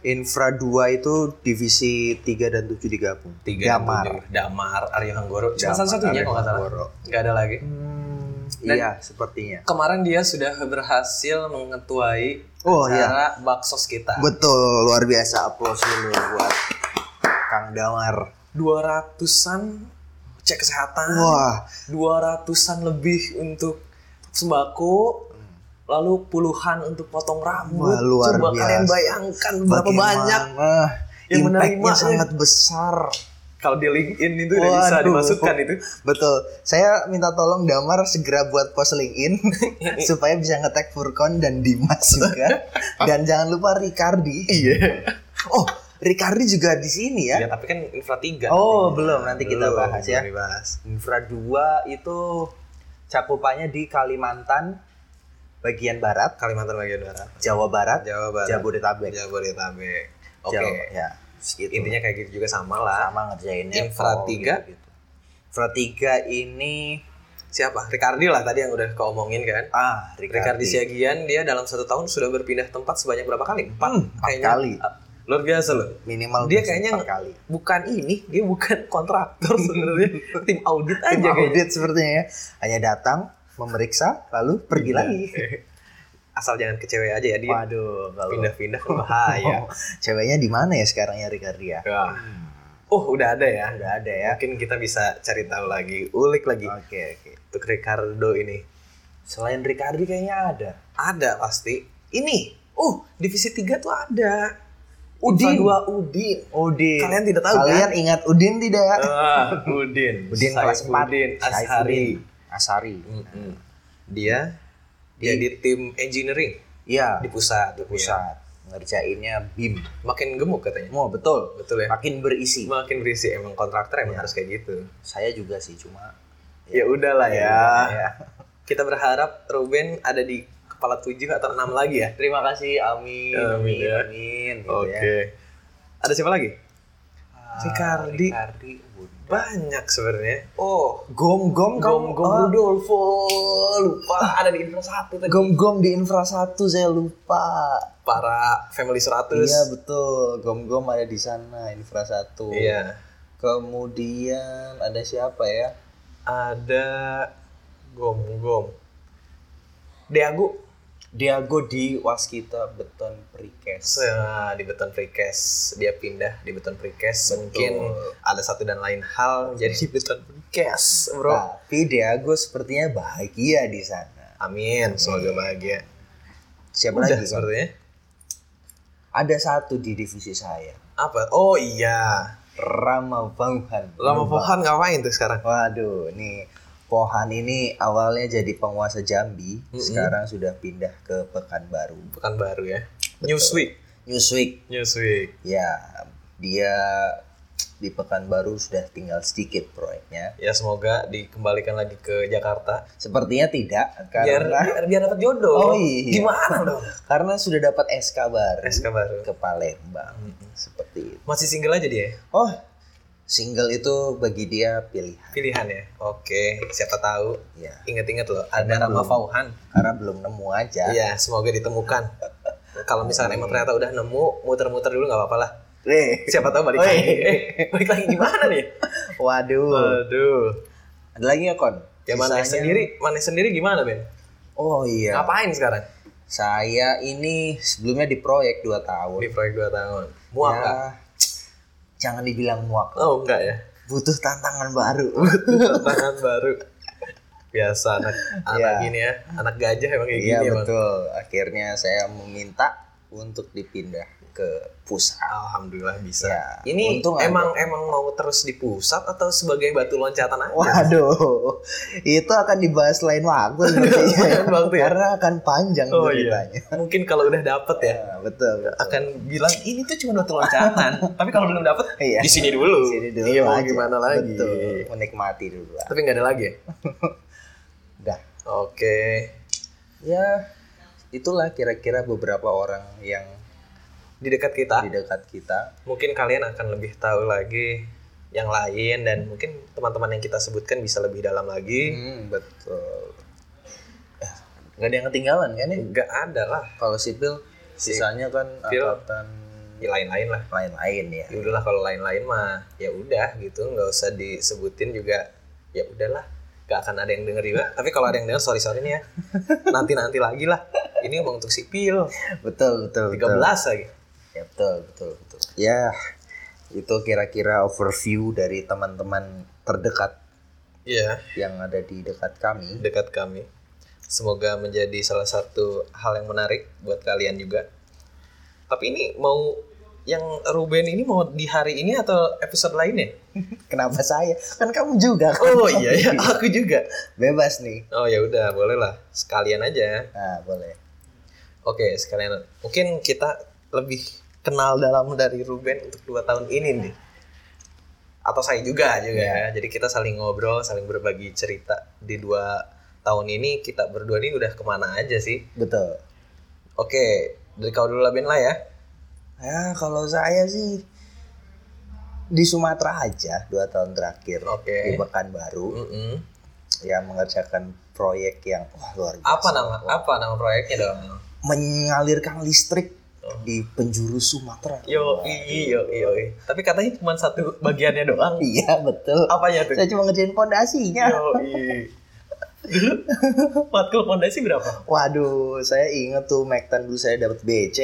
Speaker 2: Infra 2 itu divisi 3 dan 7 digabung.
Speaker 1: Tiga
Speaker 2: Damar.
Speaker 1: tujuh. Damar, Aryo Hanggoro. Cuma
Speaker 2: Damar,
Speaker 1: satu-satunya
Speaker 2: Aryo
Speaker 1: kalau nggak salah.
Speaker 2: Hanggoro.
Speaker 1: Nggak ada lagi.
Speaker 2: Hmm,
Speaker 1: Dan-
Speaker 2: iya, sepertinya.
Speaker 1: Kemarin dia sudah berhasil mengetuai
Speaker 2: Oh,
Speaker 1: acara baksos kita.
Speaker 2: Betul, luar biasa aplaus dulu buat Kang Damar.
Speaker 1: 200-an cek kesehatan.
Speaker 2: Wah,
Speaker 1: 200-an lebih untuk sembako, lalu puluhan untuk potong rambut.
Speaker 2: Hmm. Wah, luar
Speaker 1: Coba
Speaker 2: biasa.
Speaker 1: kalian bayangkan berapa banyak yang
Speaker 2: yang
Speaker 1: menerima ya.
Speaker 2: impactnya sangat besar.
Speaker 1: kalau di LinkedIn itu udah bisa
Speaker 2: Waduh.
Speaker 1: dimasukkan itu.
Speaker 2: Betul. Saya minta tolong Damar segera buat post *laughs* LinkedIn supaya bisa ngetek Furkon dan Dimas *laughs* juga. dan jangan lupa Ricardi. Iya. Oh, Ricardi juga di sini ya.
Speaker 1: Ya, tapi kan infra 3.
Speaker 2: Oh, belum. Nanti kita
Speaker 1: Belum,
Speaker 2: bahas ya.
Speaker 1: belum dibahas.
Speaker 2: Infra 2 itu cakupannya di Kalimantan bagian barat,
Speaker 1: Kalimantan bagian barat.
Speaker 2: Jawa Barat,
Speaker 1: Jawa Barat.
Speaker 2: Jabodetabek.
Speaker 1: Jabodetabek. Oke.
Speaker 2: Jawa, ya. Gitu.
Speaker 1: Intinya kayak gitu juga sama lah.
Speaker 2: sama ngerjainnya
Speaker 1: Infra
Speaker 2: tol,
Speaker 1: tiga.
Speaker 2: gitu-gitu. Infra 3 ini
Speaker 1: Siapa? Ricardi lah tadi yang udah kau omongin kan.
Speaker 2: ah Ricardi.
Speaker 1: Ricardi Siagian dia dalam satu tahun sudah berpindah tempat sebanyak berapa kali? Empat.
Speaker 2: Hmm, empat
Speaker 1: kayaknya.
Speaker 2: kali.
Speaker 1: Ah, Luar biasa loh.
Speaker 2: minimal
Speaker 1: Dia
Speaker 2: bisa
Speaker 1: kayaknya Ah,
Speaker 2: empat kali.
Speaker 1: bukan ini dia bukan kontraktor
Speaker 2: *laughs*
Speaker 1: sebenarnya tim audit aja
Speaker 2: Tim
Speaker 1: kayaknya
Speaker 2: audit sepertinya ya. Hanya datang, memeriksa, lalu pergi lagi.
Speaker 1: asal jangan ke cewek aja ya Iya. dia
Speaker 2: Waduh, kalau
Speaker 1: pindah-pindah kan
Speaker 2: *laughs*
Speaker 1: bahaya
Speaker 2: Oh, ceweknya di mana ya sekarang ya Ricardi ya?
Speaker 1: Ya. oh udah ada ya
Speaker 2: Udah ada ya.
Speaker 1: mungkin kita bisa cari tahu lagi ulik lagi
Speaker 2: Oke, oke.
Speaker 1: untuk Ricardo ini
Speaker 2: Selain Ricardi kayaknya ada.
Speaker 1: ada pasti ini oh divisi 3 tuh ada
Speaker 2: Udin.
Speaker 1: dua Udin
Speaker 2: Udin.
Speaker 1: Kalian tidak tahu, kan? Eh,
Speaker 2: Kalian ingat Udin tidak?
Speaker 1: Ah, Udin
Speaker 2: Udin kelas 4.
Speaker 1: Udin Ashari
Speaker 2: Asari.
Speaker 1: Mm-mm. Dia dia Iya, di tim engineering
Speaker 2: Iya,
Speaker 1: di pusat,
Speaker 2: di pusat. Ngerjainnya BIM.
Speaker 1: Makin gemuk katanya.
Speaker 2: Oh, betul.
Speaker 1: Betul ya.
Speaker 2: Makin berisi.
Speaker 1: Makin berisi emang kontraktor emang
Speaker 2: Iya.
Speaker 1: harus kayak gitu.
Speaker 2: Saya juga sih, cuma
Speaker 1: Ya udahlah ya.
Speaker 2: Ya.
Speaker 1: Kita berharap Ruben ada di kepala tujuh atau enam lagi ya.
Speaker 2: Terima kasih, amin,
Speaker 1: Amin,
Speaker 2: amin,
Speaker 1: ya.
Speaker 2: amin. gitu
Speaker 1: Oke.
Speaker 2: ya.
Speaker 1: Ada siapa lagi?
Speaker 2: Ah,
Speaker 1: Ricardi.
Speaker 2: Ricardi, Bunda.
Speaker 1: Banyak sebenarnya. Oh,
Speaker 2: Gom
Speaker 1: Gom
Speaker 2: Gom kamu Ah.
Speaker 1: Gom
Speaker 2: Rudolfo Oh, lupa
Speaker 1: ada di Infra 1 tadi.
Speaker 2: Gom Gom di Infra 1 saya lupa
Speaker 1: Para Family 100.
Speaker 2: Iya betul Gom Gom ada di sana Infra 1
Speaker 1: Iya.
Speaker 2: Kemudian ada siapa ya
Speaker 1: Ada Gom Gom. Deagu
Speaker 2: Diago di Waskita Beton Prikes
Speaker 1: Nah, di beton precast dia pindah di beton precast mungkin
Speaker 2: Betul.
Speaker 1: ada satu dan lain hal *laughs* jadi di beton precast bro
Speaker 2: Tapi Diago sepertinya bahagia di sana
Speaker 1: amin semoga bahagia
Speaker 2: Siapa
Speaker 1: udah
Speaker 2: lagi Kak?
Speaker 1: sepertinya
Speaker 2: Ada satu di divisi saya
Speaker 1: apa oh iya
Speaker 2: Rama Banghan
Speaker 1: lama pohan ngapain tuh sekarang
Speaker 2: Waduh, nih Pohan ini awalnya jadi penguasa Jambi, sekarang sudah pindah ke Pekanbaru.
Speaker 1: pekan baru ya Newsweek
Speaker 2: Newsweek,
Speaker 1: Newsweek
Speaker 2: ya dia di Pekanbaru sudah tinggal sedikit proyeknya.
Speaker 1: ya semoga dikembalikan lagi ke Jakarta
Speaker 2: Sepertinya tidak
Speaker 1: biar
Speaker 2: karena
Speaker 1: biar, biar dapat jodoh
Speaker 2: Oh, iya.
Speaker 1: gimana dong
Speaker 2: karena sudah dapat SK baru
Speaker 1: SK baru
Speaker 2: ke Palembang, seperti itu.
Speaker 1: masih single aja dia ya?
Speaker 2: Oh, single itu bagi dia pilihan,
Speaker 1: pilihan ya oke siapa tahu
Speaker 2: ya
Speaker 1: inget-inget loh ada Rama Fauhan
Speaker 2: karena belum nemu aja.
Speaker 1: Iya, semoga ditemukan. Kalau misalnya emang ternyata udah nemu, muter-muter dulu nggak apa-apa lah.
Speaker 2: Eh,
Speaker 1: Siapa tahu balik
Speaker 2: Oi.
Speaker 1: lagi. Eh, *laughs* balik lagi gimana nih?
Speaker 2: Waduh,
Speaker 1: Aduh.
Speaker 2: ada lagi ya kon?
Speaker 1: Ya Eh. mana
Speaker 2: Sisanya-
Speaker 1: sendiri, mana sendiri gimana Ben?
Speaker 2: Oh iya.
Speaker 1: Ngapain sekarang
Speaker 2: Saya ini sebelumnya di proyek 2 tahun.
Speaker 1: di proyek 2 tahun? Muak
Speaker 2: Ya,
Speaker 1: nggak?
Speaker 2: jangan dibilang muak.
Speaker 1: Oh enggak ya.
Speaker 2: Butuh tantangan baru.
Speaker 1: Tantangan baru. Biasa anak anak
Speaker 2: Iya.
Speaker 1: ini ya, anak gajah emang kayak
Speaker 2: *laughs* Iya
Speaker 1: gini emang.
Speaker 2: betul. Akhirnya saya meminta untuk dipindah ke pusat.
Speaker 1: Alhamdulillah bisa.
Speaker 2: Ya,
Speaker 1: Ini
Speaker 2: untung
Speaker 1: emang emang mau terus di pusat atau sebagai batu loncatan aja?
Speaker 2: Waduh, itu akan dibahas lain
Speaker 1: *laughs*
Speaker 2: waktu sepertinya.
Speaker 1: Lain waktu ya?
Speaker 2: Karena akan panjang
Speaker 1: Oh,
Speaker 2: iya. ceritanya.
Speaker 1: Mungkin kalau udah dapet ya,
Speaker 2: Ya, betul. betul.
Speaker 1: akan bilang ini tuh cuma batu
Speaker 2: *laughs*
Speaker 1: loncatan. Tapi kalau belum dapet
Speaker 2: Iya.
Speaker 1: di sini dulu.
Speaker 2: Sini dulu
Speaker 1: iya, mau
Speaker 2: aja.
Speaker 1: gimana lagi?
Speaker 2: Betul. Menikmati dulu lah.
Speaker 1: Tapi nggak ada lagi. ya?
Speaker 2: Dah.
Speaker 1: Oke.
Speaker 2: Ya, itulah kira-kira beberapa orang yang
Speaker 1: Di dekat kita,
Speaker 2: di dekat kita.
Speaker 1: mungkin kalian akan lebih tahu lagi yang lain dan mungkin teman-teman yang kita sebutkan bisa lebih dalam lagi.
Speaker 2: Hmm, betul. Eh, Nggak ada yang ketinggalan kan ya?
Speaker 1: Nggak ada lah,
Speaker 2: Kalau sipil, sisanya kan
Speaker 1: Sipil.
Speaker 2: angkatan
Speaker 1: ya lain-lain lah.
Speaker 2: lain-lain ya.
Speaker 1: Ya udahlah kalau lain-lain mah ya udah gitu, nggak usah disebutin juga. Ya udahlah, nggak akan ada yang denger juga. Tapi kalau ada yang denger sorry sorry nih ya. Nanti-nanti lagi lah. Ini emang untuk sipil.
Speaker 2: Betul,
Speaker 1: 13
Speaker 2: betul, betul.
Speaker 1: lagi.
Speaker 2: Ya, betul, betul, betul. Ya, itu kira-kira overview dari teman-teman terdekat
Speaker 1: Iya.
Speaker 2: yang ada di dekat kami.
Speaker 1: dekat kami. Semoga menjadi salah satu hal yang menarik buat kalian juga. Tapi ini mau yang Ruben ini mau di hari ini atau episode lainnya?
Speaker 2: Kenapa saya? Kan kamu juga kan?
Speaker 1: Oh iya, iya, *laughs* aku juga.
Speaker 2: Bebas nih.
Speaker 1: Oh ya udah, bolehlah sekalian aja.
Speaker 2: Nah, boleh.
Speaker 1: Oke, sekalian. Mungkin kita lebih kenal dalam dari Ruben untuk dua tahun ini nih. Atau saya juga juga ya. Jadi kita saling ngobrol, saling berbagi cerita di dua tahun ini kita berdua ini udah kemana aja sih?
Speaker 2: Betul.
Speaker 1: Oke, dari kau dulu lah Ben lah ya.
Speaker 2: Ya, kalau saya sih di Sumatera aja dua tahun terakhir
Speaker 1: Oke.
Speaker 2: di Pekanbaru
Speaker 1: Mm-mm.
Speaker 2: ya mengerjakan proyek yang wah luar biasa.
Speaker 1: Apa nama apa nama proyeknya dong?
Speaker 2: Menyalirkan listrik
Speaker 1: Oh.
Speaker 2: di penjuru Sumatera.
Speaker 1: Yo i yo i yo i. Tapi katanya cuma satu bagiannya doang.
Speaker 2: Iya betul.
Speaker 1: Apanya tuh? Iya.
Speaker 2: Saya cuma ngerjain pondasinya.
Speaker 1: Yo i. Dulu *laughs* matkul fondasi berapa?
Speaker 2: Waduh, saya inget tuh Mektan dulu saya dapat
Speaker 1: *laughs*
Speaker 2: BC.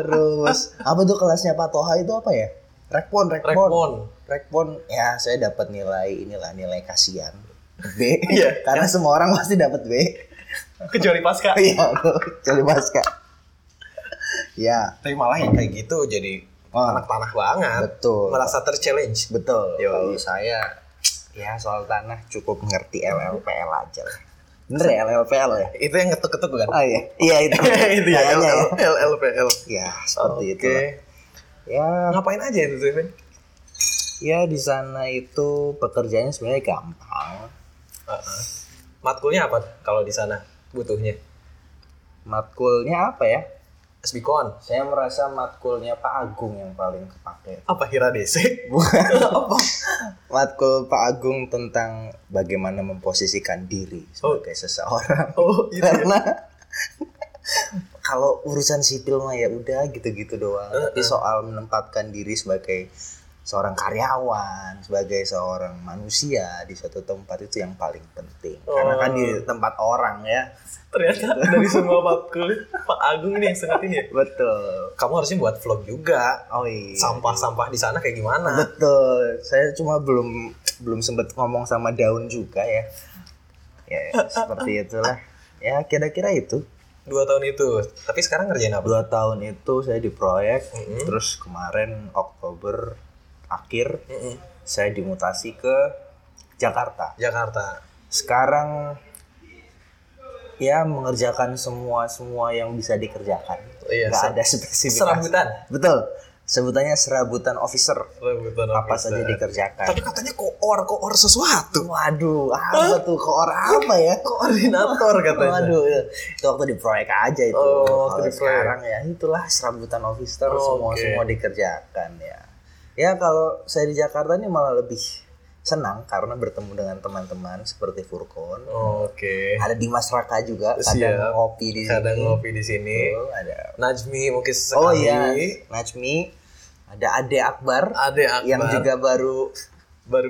Speaker 2: Terus apa tuh kelasnya Pak Toha itu apa ya? Rekpon, rekpon.
Speaker 1: Rekmon.
Speaker 2: Rekpon ya saya dapat nilai inilah nilai kasihan *laughs* B
Speaker 1: Iya.
Speaker 2: karena semua orang pasti dapat B
Speaker 1: Kecuali pasca.
Speaker 2: *laughs* iya kecuali Baska ya
Speaker 1: Tapi malah yang kayak gitu jadi
Speaker 2: Wah,
Speaker 1: anak panah banget.
Speaker 2: betul
Speaker 1: Merasa terchallenge.
Speaker 2: betul
Speaker 1: Yo.
Speaker 2: kalau saya ya soal tanah cukup ngerti LLPL aja lah. Bener ya LLPL ya?
Speaker 1: Itu yang kan? ketuk-ketuk bukan?
Speaker 2: Oh iya, *laughs* iya itu.
Speaker 1: itu ya,
Speaker 2: Kayaknya ya.
Speaker 1: LLPL.
Speaker 2: Ya seperti itu.
Speaker 1: Oke. Nah,
Speaker 2: lah. Ya,
Speaker 1: Ngapain aja itu tuh, Ben?
Speaker 2: ya di sana itu pekerjaannya sebenarnya gampang.
Speaker 1: Heeh. Matkulnya apa kalau di sana butuhnya?
Speaker 2: Matkulnya apa ya?
Speaker 1: Sbikon.
Speaker 2: Saya merasa matkulnya Pak Agung yang paling kepake.
Speaker 1: Apa
Speaker 2: *laughs*
Speaker 1: Hiradese? apa?
Speaker 2: Matkul Pak Agung tentang bagaimana memposisikan diri sebagai *laughs* seseorang.
Speaker 1: Oh, itu. ya.
Speaker 2: karena kalau urusan sipil mah ya udah gitu-gitu doang tapi soal menempatkan diri sebagai seorang karyawan sebagai seorang manusia di suatu tempat itu yang paling penting karena kan di tempat orang ya
Speaker 1: Ternyata dari semua matkul Pak Agung ini yang sengatin ya.
Speaker 2: betul
Speaker 1: Kamu harusnya buat vlog juga.
Speaker 2: oh iya
Speaker 1: Sampah-sampah di sana kayak gimana?
Speaker 2: betul saya cuma belum belum sempet ngomong sama daun juga ya ya seperti itulah ya kira-kira itu
Speaker 1: Dua tahun itu. Tapi sekarang ngerjain apa?
Speaker 2: dua tahun itu saya di proyek
Speaker 1: Mm-mm.
Speaker 2: terus kemarin Oktober akhir
Speaker 1: Mm-mm.
Speaker 2: saya dimutasi ke Jakarta
Speaker 1: Jakarta.
Speaker 2: sekarang ya mengerjakan semua semua yang bisa dikerjakan
Speaker 1: Iya,
Speaker 2: nggak
Speaker 1: se-
Speaker 2: ada spesifikasi
Speaker 1: Serabutan.
Speaker 2: betul sebutannya serabutan officer
Speaker 1: Serabutan
Speaker 2: apa
Speaker 1: officer.
Speaker 2: saja dikerjakan
Speaker 1: Tapi katanya koor koor sesuatu.
Speaker 2: waduh apa tuh koor apa ya
Speaker 1: Koordinator katanya.
Speaker 2: Waduh, ya. itu waktu di proyek aja itu.
Speaker 1: Oh, waktu
Speaker 2: Kalau
Speaker 1: di proyek.
Speaker 2: sekarang ya itulah serabutan officer
Speaker 1: Oh,
Speaker 2: semua
Speaker 1: oke.
Speaker 2: semua dikerjakan ya. Ya kalau saya di Jakarta ini malah lebih senang karena bertemu dengan teman-teman seperti Furkon.
Speaker 1: Oke.
Speaker 2: Ada Dimas Raka juga,
Speaker 1: Siap.
Speaker 2: kadang ngopi di sini.
Speaker 1: Kadang ngopi di sini.
Speaker 2: Betul, ada.
Speaker 1: Najmi mungkin sesekali.
Speaker 2: Oh iya, Najmi, ada Ade Akbar,
Speaker 1: Ade Akbar
Speaker 2: yang juga Iya. baru
Speaker 1: baru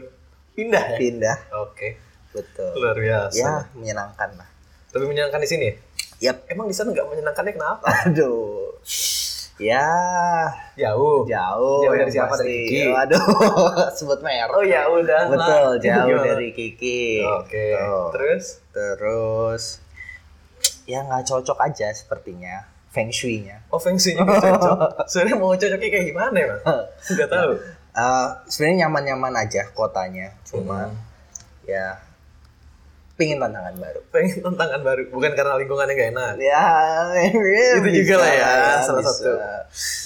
Speaker 1: pindah ya.
Speaker 2: pindah.
Speaker 1: Oke.
Speaker 2: Betul.
Speaker 1: Luar biasa.
Speaker 2: Ya, menyenangkan lah.
Speaker 1: Lebih menyenangkan di sini. ya?
Speaker 2: Yap.
Speaker 1: Emang di sana nggak menyenangkannya kenapa?
Speaker 2: Aduh. Ya,
Speaker 1: Jauh.
Speaker 2: jauh,
Speaker 1: Jauh
Speaker 2: yang
Speaker 1: dari siapa? Dari Kiki?
Speaker 2: Waduh, *laughs* sebut merek.
Speaker 1: Oh ya udah.
Speaker 2: Betul,
Speaker 1: lah.
Speaker 2: jauh
Speaker 1: Gimana?
Speaker 2: dari Kiki.
Speaker 1: Oke.
Speaker 2: Betul.
Speaker 1: Terus
Speaker 2: Terus ya nggak cocok aja sepersinya feng shui-nya.
Speaker 1: ofensinya nggak cocok.
Speaker 2: *laughs*
Speaker 1: Sebenarnya mau cocoknya kayak gimana ya, Bang? Nggak tahu.
Speaker 2: Eh, sebenarnya nyaman-nyaman aja kotanya, cuma
Speaker 1: Hmm.
Speaker 2: ya pingin tantangan baru.
Speaker 1: Pengen tantangan baru, bukan karena lingkungannya nggak enak.
Speaker 2: Ya,
Speaker 1: *laughs* Itu juga lah ya, salah
Speaker 2: bisa.
Speaker 1: satu.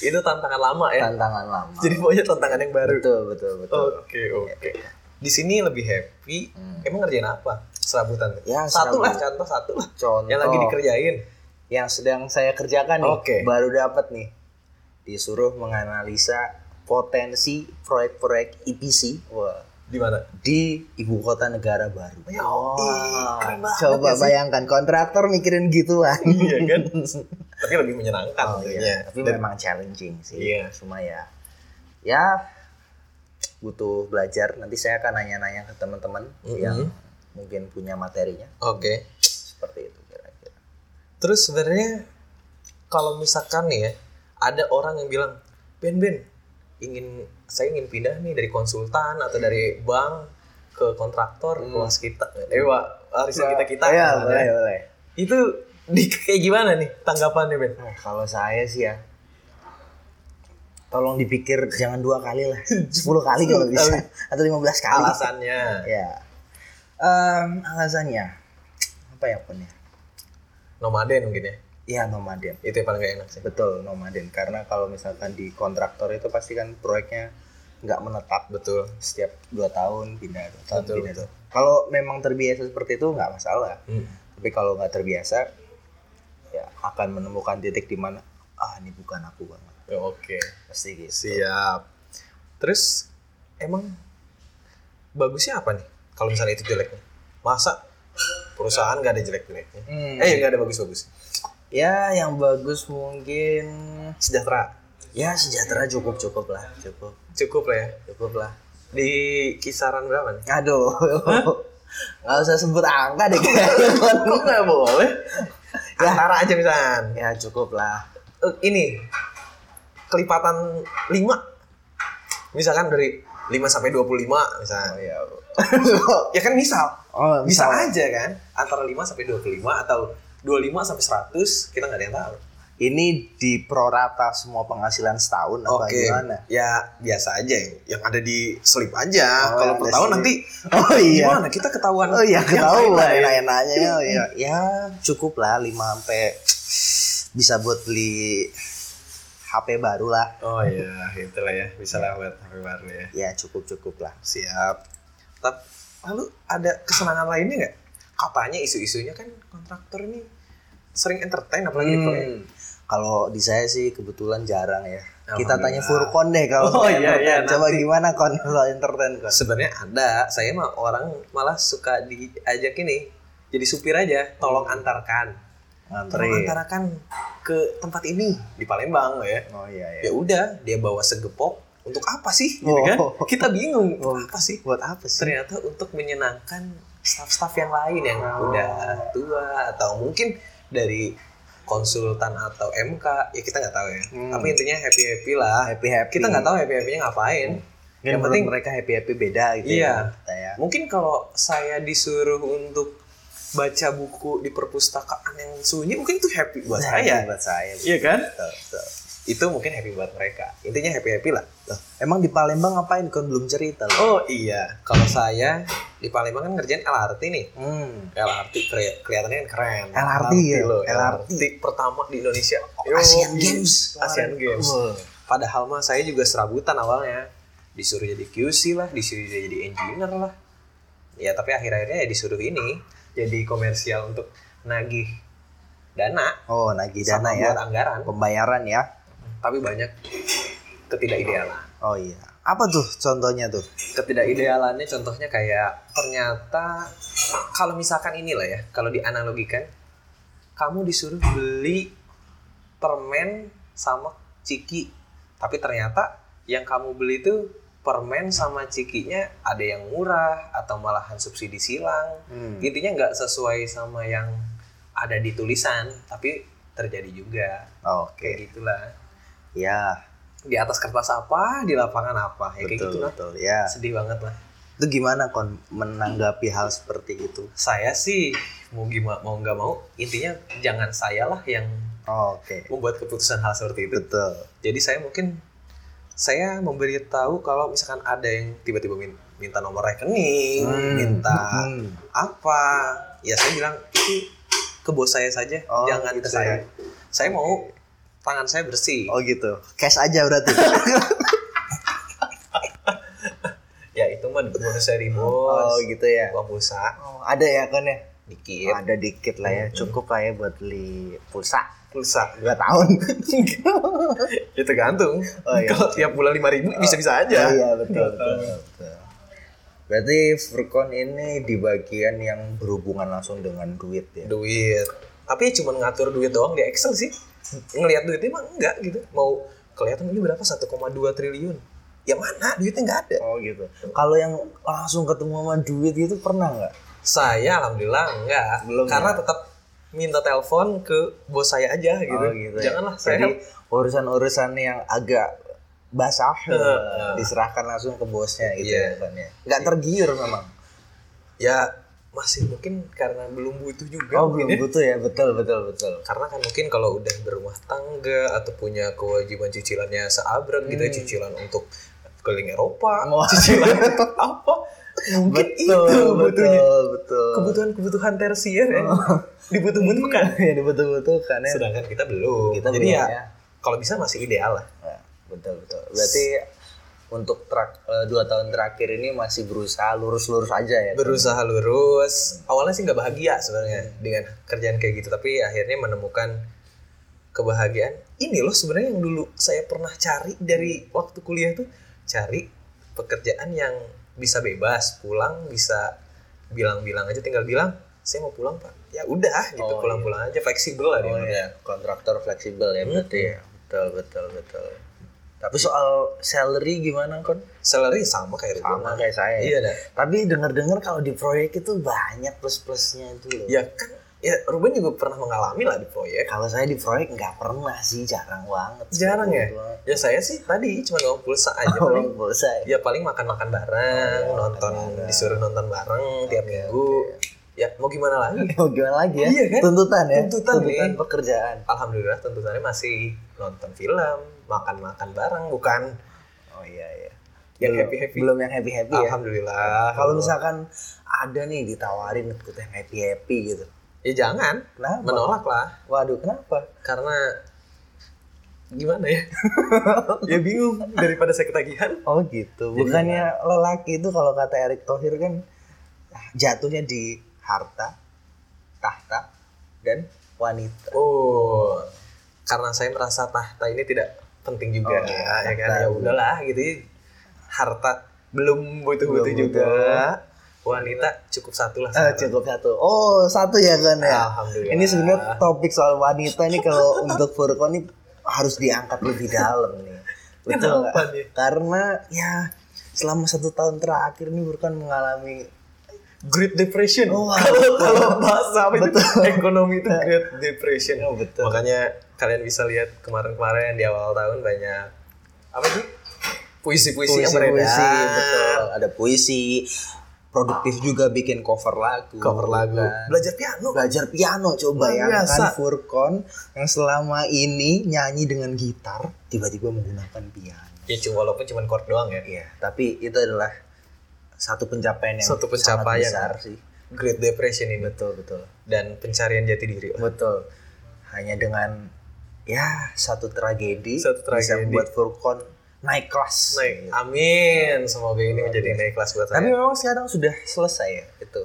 Speaker 1: Itu tantangan lama ya.
Speaker 2: tantangan lama.
Speaker 1: *laughs* Jadi Oh. maunya tantangan yang baru.
Speaker 2: betul, betul, betul.
Speaker 1: Oke, oke. Di sini lebih happy.
Speaker 2: Hmm.
Speaker 1: Emang ngerjain apa? Serabutan.
Speaker 2: Ya,
Speaker 1: satu lah
Speaker 2: serabut.
Speaker 1: contoh satu lah.
Speaker 2: Contoh
Speaker 1: Yang lagi dikerjain.
Speaker 2: yang sedang saya kerjakan nih
Speaker 1: Oke.
Speaker 2: baru dapat nih disuruh menganalisa potensi proyek-proyek EPC wah,
Speaker 1: Di
Speaker 2: *laughs*
Speaker 1: mana?
Speaker 2: di ibu kota negara baru.
Speaker 1: Ya, ih, keren banget
Speaker 2: coba
Speaker 1: ya sih.
Speaker 2: bayangkan kontraktor mikirin gituan.
Speaker 1: iya kan? Tapi lebih menyenangkan
Speaker 2: *laughs* Oh,
Speaker 1: tentunya.
Speaker 2: iya. Tapi
Speaker 1: Dan-
Speaker 2: memang challenging sih.
Speaker 1: Iya.
Speaker 2: Cuma ya ya butuh belajar. Nanti saya akan nanya-nanya ke teman-teman
Speaker 1: Mhm.
Speaker 2: yang mungkin punya materinya
Speaker 1: Oke.
Speaker 2: seperti itu kira-kira.
Speaker 1: Terus sebenarnya kalau misalkan nih ya, ada orang yang bilang, Ben Ben, ingin saya ingin pindah nih dari konsultan atau dari bank ke kontraktor ke waskita, eh wa- warisan kita kita.
Speaker 2: Hmm. ya, boleh, boleh.
Speaker 1: Nah, Itu di, kayak gimana nih tanggapannya Ben?
Speaker 2: Nah, kalau saya sih ya tolong dipikir jangan dua kali
Speaker 1: *laughs*
Speaker 2: lah 10 kali kalau bisa atau 15 kali
Speaker 1: Alasannya
Speaker 2: ya Em, alasannya apa ya pun ya
Speaker 1: nomaden mungkin ya,
Speaker 2: ya nomaden
Speaker 1: itu yang paling gak enak sih.
Speaker 2: betul nomaden karena kalau misalkan di kontraktor itu pasti kan proyeknya nggak menetap
Speaker 1: Betul.
Speaker 2: setiap dua tahun pindah dua tahun
Speaker 1: Betul,
Speaker 2: pindah
Speaker 1: betul.
Speaker 2: dua- kalau memang terbiasa seperti itu nggak masalah
Speaker 1: Hmm.
Speaker 2: tapi kalau nggak terbiasa ya akan menemukan titik di mana ah ini bukan aku banget
Speaker 1: Ya, Oke.
Speaker 2: pasti gitu
Speaker 1: Siap. Terus emang bagusnya apa nih? Kalau misalnya itu jeleknya, masa perusahaan gak ada jelek-jeleknya?
Speaker 2: Hmm.
Speaker 1: Eh gak ada bagus-bagus.
Speaker 2: Ya, yang bagus mungkin
Speaker 1: Sejahtera,
Speaker 2: ya sejahtera cukup cukup lah, cukup
Speaker 1: cukup lah ya.
Speaker 2: cukup lah.
Speaker 1: Di kisaran berapa nih?
Speaker 2: Aduh, *laughs* nggak usah sebut angka deh *laughs* kayaknya.
Speaker 1: Kok nggak
Speaker 2: *laughs*
Speaker 1: boleh? Antara aja misalnya.
Speaker 2: ya cukup lah.
Speaker 1: Eh, Ini kelipatan 5 misalkan dari 5 sampai 25
Speaker 2: *laughs*
Speaker 1: misalnya.
Speaker 2: ya.
Speaker 1: Ya kan misal.
Speaker 2: oh
Speaker 1: Bisa aja kan? Antara 5 sampai 25 atau 25 sampai 100 kita nggak ada yang tahu.
Speaker 2: ini di prorata semua penghasilan setahun Nah, apa
Speaker 1: Oke.
Speaker 2: gimana?
Speaker 1: Ya biasa aja yang, yang ada di slip aja.
Speaker 2: Oh,
Speaker 1: Kalau
Speaker 2: ada
Speaker 1: per tahun
Speaker 2: slip.
Speaker 1: nanti
Speaker 2: *laughs* Oh iya.
Speaker 1: gimana kita ketahuan.
Speaker 2: Oh iya *laughs*
Speaker 1: yang
Speaker 2: ketahuan
Speaker 1: lain-lain.
Speaker 2: enak-enaknya oh, *laughs* iya. ya cukup lah 5 sampai bisa buat beli HP baru lah
Speaker 1: Oh iya, itulah ya. Bisa lah buat HP baru ya.
Speaker 2: ya cukup cukup lah
Speaker 1: Siap. Tapi lalu ada kesenangan lainnya nggak? Katanya isu-isunya kan kontraktor ini sering entertain apalagi di proyek.
Speaker 2: Hmm. kalau di saya sih kebetulan jarang ya kita
Speaker 1: Alhamdulillah.
Speaker 2: tanya Furkon deh kalau
Speaker 1: Oh, iya,
Speaker 2: soal
Speaker 1: iya,
Speaker 2: entertain. coba gimana kon soal entertain kon
Speaker 1: Sebenarnya ada. Saya mah orang malah suka diajak ini. Jadi supir aja, tolong antarkan.
Speaker 2: ngantri
Speaker 1: Tolong antarkan ke tempat ini di Palembang ya.
Speaker 2: oh iya iya
Speaker 1: Ya udah, dia bawa segepok untuk apa sih gitu
Speaker 2: Oh.
Speaker 1: kan? Kita bingung,
Speaker 2: Oh.
Speaker 1: untuk apa sih?
Speaker 2: buat apa sih
Speaker 1: Ternyata untuk menyenangkan staff-staff yang lain yang udah tua atau mungkin dari konsultan atau MK, ya kita nggak tahu ya.
Speaker 2: Hmm.
Speaker 1: Tapi intinya happy-happy lah.
Speaker 2: Ah, happy happy
Speaker 1: Kita nggak tahu happy-happynya ngapain.
Speaker 2: yang
Speaker 1: Yang
Speaker 2: penting
Speaker 1: penting-
Speaker 2: mereka happy happy beda gitu
Speaker 1: Iya.
Speaker 2: ya kita ya
Speaker 1: Mungkin kalau saya disuruh untuk baca buku di perpustakaan yang sunyi, mungkin itu happy buat saya.
Speaker 2: buat saya
Speaker 1: Nah, Iya kan?
Speaker 2: Betul, betul.
Speaker 1: Itu mungkin happy buat mereka. Intinya happy-happy lah.
Speaker 2: Loh, emang di Palembang ngapain kon belum cerita loh
Speaker 1: Oh iya, kalau saya di Palembang kan ngerjain LRT nih.
Speaker 2: Hmm.
Speaker 1: LRT kre- kelihatannya kan keren.
Speaker 2: LRT ya?
Speaker 1: loh,
Speaker 2: LRT.
Speaker 1: LRT. pertama di Indonesia. Yo,
Speaker 2: Asian
Speaker 1: iya.
Speaker 2: Games
Speaker 1: Asian Games.
Speaker 2: Wah.
Speaker 1: Padahal mah saya juga serabutan awalnya. Disuruh jadi QC lah, disuruh jadi engineer lah. Ya tapi akhir-akhirnya ya disuruh ini jadi komersial untuk nagih dana,
Speaker 2: Oh, nagih dana
Speaker 1: sama
Speaker 2: ya.
Speaker 1: buat anggaran.
Speaker 2: Pembayaran ya.
Speaker 1: Tapi banyak ketidakidealan.
Speaker 2: Oh iya. Apa tuh contohnya tuh?
Speaker 1: ketidakidealannya contohnya kayak ternyata kalau misalkan inilah ya kalau dianalogikan kamu disuruh beli permen sama ciki tapi ternyata yang kamu beli itu permen sama cikinya ada yang murah atau malahan subsidi silang
Speaker 2: Hmm.
Speaker 1: intinya nggak sesuai sama yang ada di tulisan tapi terjadi juga
Speaker 2: Oke.
Speaker 1: kayak gitu. gitulah
Speaker 2: Ya,
Speaker 1: di atas kertas apa di lapangan apa ya kayak
Speaker 2: betul
Speaker 1: gitulah
Speaker 2: betul ya.
Speaker 1: sedih banget lah
Speaker 2: Itu gimana kon menanggapi hal seperti itu?
Speaker 1: saya sih mau gimana mau nggak mau intinya jangan saya lah yang
Speaker 2: Oke.
Speaker 1: membuat keputusan hal seperti itu
Speaker 2: Betul.
Speaker 1: jadi saya mungkin saya memberitahu kalau misalkan ada yang tiba-tiba min- minta nomor rekening
Speaker 2: Hmm.
Speaker 1: minta
Speaker 2: Hmm.
Speaker 1: apa ya saya bilang itu ke bos saya saja
Speaker 2: Oh,
Speaker 1: jangan ke
Speaker 2: gitu
Speaker 1: saya
Speaker 2: ya.
Speaker 1: saya mau tangan saya bersih
Speaker 2: Oh gitu. Cash aja berarti. *laughs*
Speaker 1: ya itu mah bonus dari bos
Speaker 2: oh gitu ya.
Speaker 1: uang pulsa
Speaker 2: Oh, ada ya kon ya?
Speaker 1: dikit
Speaker 2: Ada dikit lah ya. Cukup lah ya buat beli pulsa
Speaker 1: pulsa
Speaker 2: 2 tahun. *laughs*
Speaker 1: ya tergantung
Speaker 2: Oh, iya.
Speaker 1: *laughs* kalau tiap bulan lima ribu bisa-bisa aja
Speaker 2: Oh, iya betul, betul, betul. Berarti Furkon ini di bagian yang berhubungan langsung dengan duit ya.
Speaker 1: duit tapi cuma ngatur duit doang di Excel sih ngelihat duitnya mah enggak gitu mau kelihatan ini berapa 1,2 triliun ya mana duitnya nggak ada
Speaker 2: Oh gitu. Kalau yang langsung ketemu sama duit gitu pernah nggak?
Speaker 1: saya alhamdulillah enggak
Speaker 2: Belum,
Speaker 1: karena
Speaker 2: ya?
Speaker 1: tetap minta telepon ke bos saya aja gitu,
Speaker 2: Oh, gitu ya.
Speaker 1: janganlah saya
Speaker 2: Jadi urusan-urusan yang agak basah
Speaker 1: Heeh.
Speaker 2: diserahkan langsung ke bosnya gitu
Speaker 1: Iya.
Speaker 2: ya kan ya. Nggak tergiur memang.
Speaker 1: ya masih mungkin karena belum butuh juga
Speaker 2: Oh
Speaker 1: mungkin
Speaker 2: belum
Speaker 1: ya.
Speaker 2: butuh ya betul betul betul.
Speaker 1: karena kan mungkin kalau udah berumah tangga atau punya kewajiban cicilannya seabrek gitu ya,
Speaker 2: Hmm.
Speaker 1: cicilan untuk keliling Eropa
Speaker 2: *laughs* Wah.
Speaker 1: cicilan untuk apa mungkin itu butuhnya
Speaker 2: betul betul. *laughs*
Speaker 1: kebutuhan-kebutuhan tersier ya dibutuh-butuhkan
Speaker 2: ya dibutuh-butuhkan ya.
Speaker 1: Iya. sedangkan kita belum
Speaker 2: Kita
Speaker 1: jadi
Speaker 2: belum,
Speaker 1: ya,
Speaker 2: ya.
Speaker 1: kalau bisa masih ideal lah
Speaker 2: Nah, betul betul. Berarti untuk trak, eh, dua tahun terakhir ini masih berusaha lurus-lurus aja ya.
Speaker 1: berusaha lurus awalnya sih nggak bahagia sebenarnya dengan kerjaan kayak gitu tapi akhirnya menemukan kebahagiaan ini loh sebenarnya yang dulu saya pernah cari dari waktu kuliah tuh cari pekerjaan yang bisa bebas pulang bisa bilang-bilang aja tinggal bilang saya mau pulang pak ya udah gitu
Speaker 2: Oh, iya.
Speaker 1: pulang-pulang aja fleksibel lah dia
Speaker 2: Oh,
Speaker 1: mah.
Speaker 2: ya. Kontraktor fleksibel ya
Speaker 1: Hmm.
Speaker 2: berarti ya. Betul betul betul. Tapi soal salary gimana kon?
Speaker 1: salary sama kayak
Speaker 2: Sama
Speaker 1: rumah
Speaker 2: kayak saya. ya?
Speaker 1: iya dah
Speaker 2: Tapi denger-dengar kalau di proyek itu banyak plus-plusnya itu loh.
Speaker 1: ya kan ya Ruben juga pernah mengalami lah di proyek
Speaker 2: Kalau saya di proyek nggak pernah sih, jarang banget.
Speaker 1: Jarang ya?
Speaker 2: Betul.
Speaker 1: ya saya sih tadi cuma ngomong pulsa aja paling
Speaker 2: Oh, saya.
Speaker 1: ya paling makan makan bareng
Speaker 2: Oh, iya,
Speaker 1: nonton
Speaker 2: makan bareng.
Speaker 1: disuruh nonton bareng tiap
Speaker 2: Oke,
Speaker 1: minggu ya mau gimana lagi
Speaker 2: Mau gimana lagi ya?
Speaker 1: Iya kan?
Speaker 2: Tuntutan ya.
Speaker 1: Tuntutan nih.
Speaker 2: pekerjaan.
Speaker 1: alhamdulillah tuntutannya masih nonton film makan makan bareng bukan
Speaker 2: Oh iya iya.
Speaker 1: Yang
Speaker 2: Belum-
Speaker 1: happy-happy.
Speaker 2: Belum yang happy happy ya.
Speaker 1: alhamdulillah
Speaker 2: Kalau misalkan ada nih ditawarin ikut yang happy happy gitu.
Speaker 1: ya jangan
Speaker 2: Kenapa?
Speaker 1: menolak lah
Speaker 2: Waduh kenapa? *laughs*
Speaker 1: karena gimana ya *laughs* ya bingung daripada saya ketagihan
Speaker 2: Oh gitu. Bukannya lelaki itu kalau kata Erick Thohir kan jatuhnya di harta, tahta, dan wanita.
Speaker 1: oh karena saya merasa tahta ini tidak penting juga
Speaker 2: Oh,
Speaker 1: ya
Speaker 2: iya.
Speaker 1: kan
Speaker 2: Tahta.
Speaker 1: ya udahlah gitu ya. harta belum butuh butuh
Speaker 2: Belum
Speaker 1: juga
Speaker 2: butuh.
Speaker 1: wanita cukup satu lah sekarang.
Speaker 2: Eh, cukup satu. Oh satu ya kan ya.
Speaker 1: alhamdulillah
Speaker 2: Ini sebenarnya topik soal wanita nih
Speaker 1: *laughs*
Speaker 2: kalau untuk Furqon nih harus diangkat lebih dalam nih. Betul
Speaker 1: Kenapa
Speaker 2: nggak?
Speaker 1: nih?
Speaker 2: Karena ya selama satu tahun terakhir nih Furqon mengalami
Speaker 1: Great Depression.
Speaker 2: Oh,
Speaker 1: *laughs*
Speaker 2: wow.
Speaker 1: Kalau kalau bahasa apa itu ekonomi itu Great Depression.
Speaker 2: Oh, betul.
Speaker 1: Makanya kalian bisa lihat kemarin-kemarin di awal tahun banyak apa sih puisi-puisi yang beredar.
Speaker 2: betul. Ada puisi produktif juga bikin cover lagu.
Speaker 1: Cover lagu.
Speaker 2: Kan.
Speaker 1: Belajar piano.
Speaker 2: Belajar piano coba
Speaker 1: Luar
Speaker 2: ya
Speaker 1: biasa.
Speaker 2: kan Furqon yang selama ini nyanyi dengan gitar tiba-tiba menggunakan piano.
Speaker 1: Ya cuma walaupun cuma chord doang ya.
Speaker 2: Iya, tapi itu adalah satu pencapaian yang
Speaker 1: Satu
Speaker 2: sangat
Speaker 1: pencapaian. ya.
Speaker 2: besar sih.
Speaker 1: Great Depression ini
Speaker 2: Betul, betul.
Speaker 1: dan pencarian jati diri.
Speaker 2: Betul. Hanya dengan ya satu tragedi,
Speaker 1: Satu
Speaker 2: bisa
Speaker 1: tragedi.
Speaker 2: membuat Furqon naik kelas. Gitu.
Speaker 1: Naik. Amin. Semoga ini menjadi naik kelas buat
Speaker 2: Tapi
Speaker 1: saya.
Speaker 2: memang sekarang sudah selesai ya itu.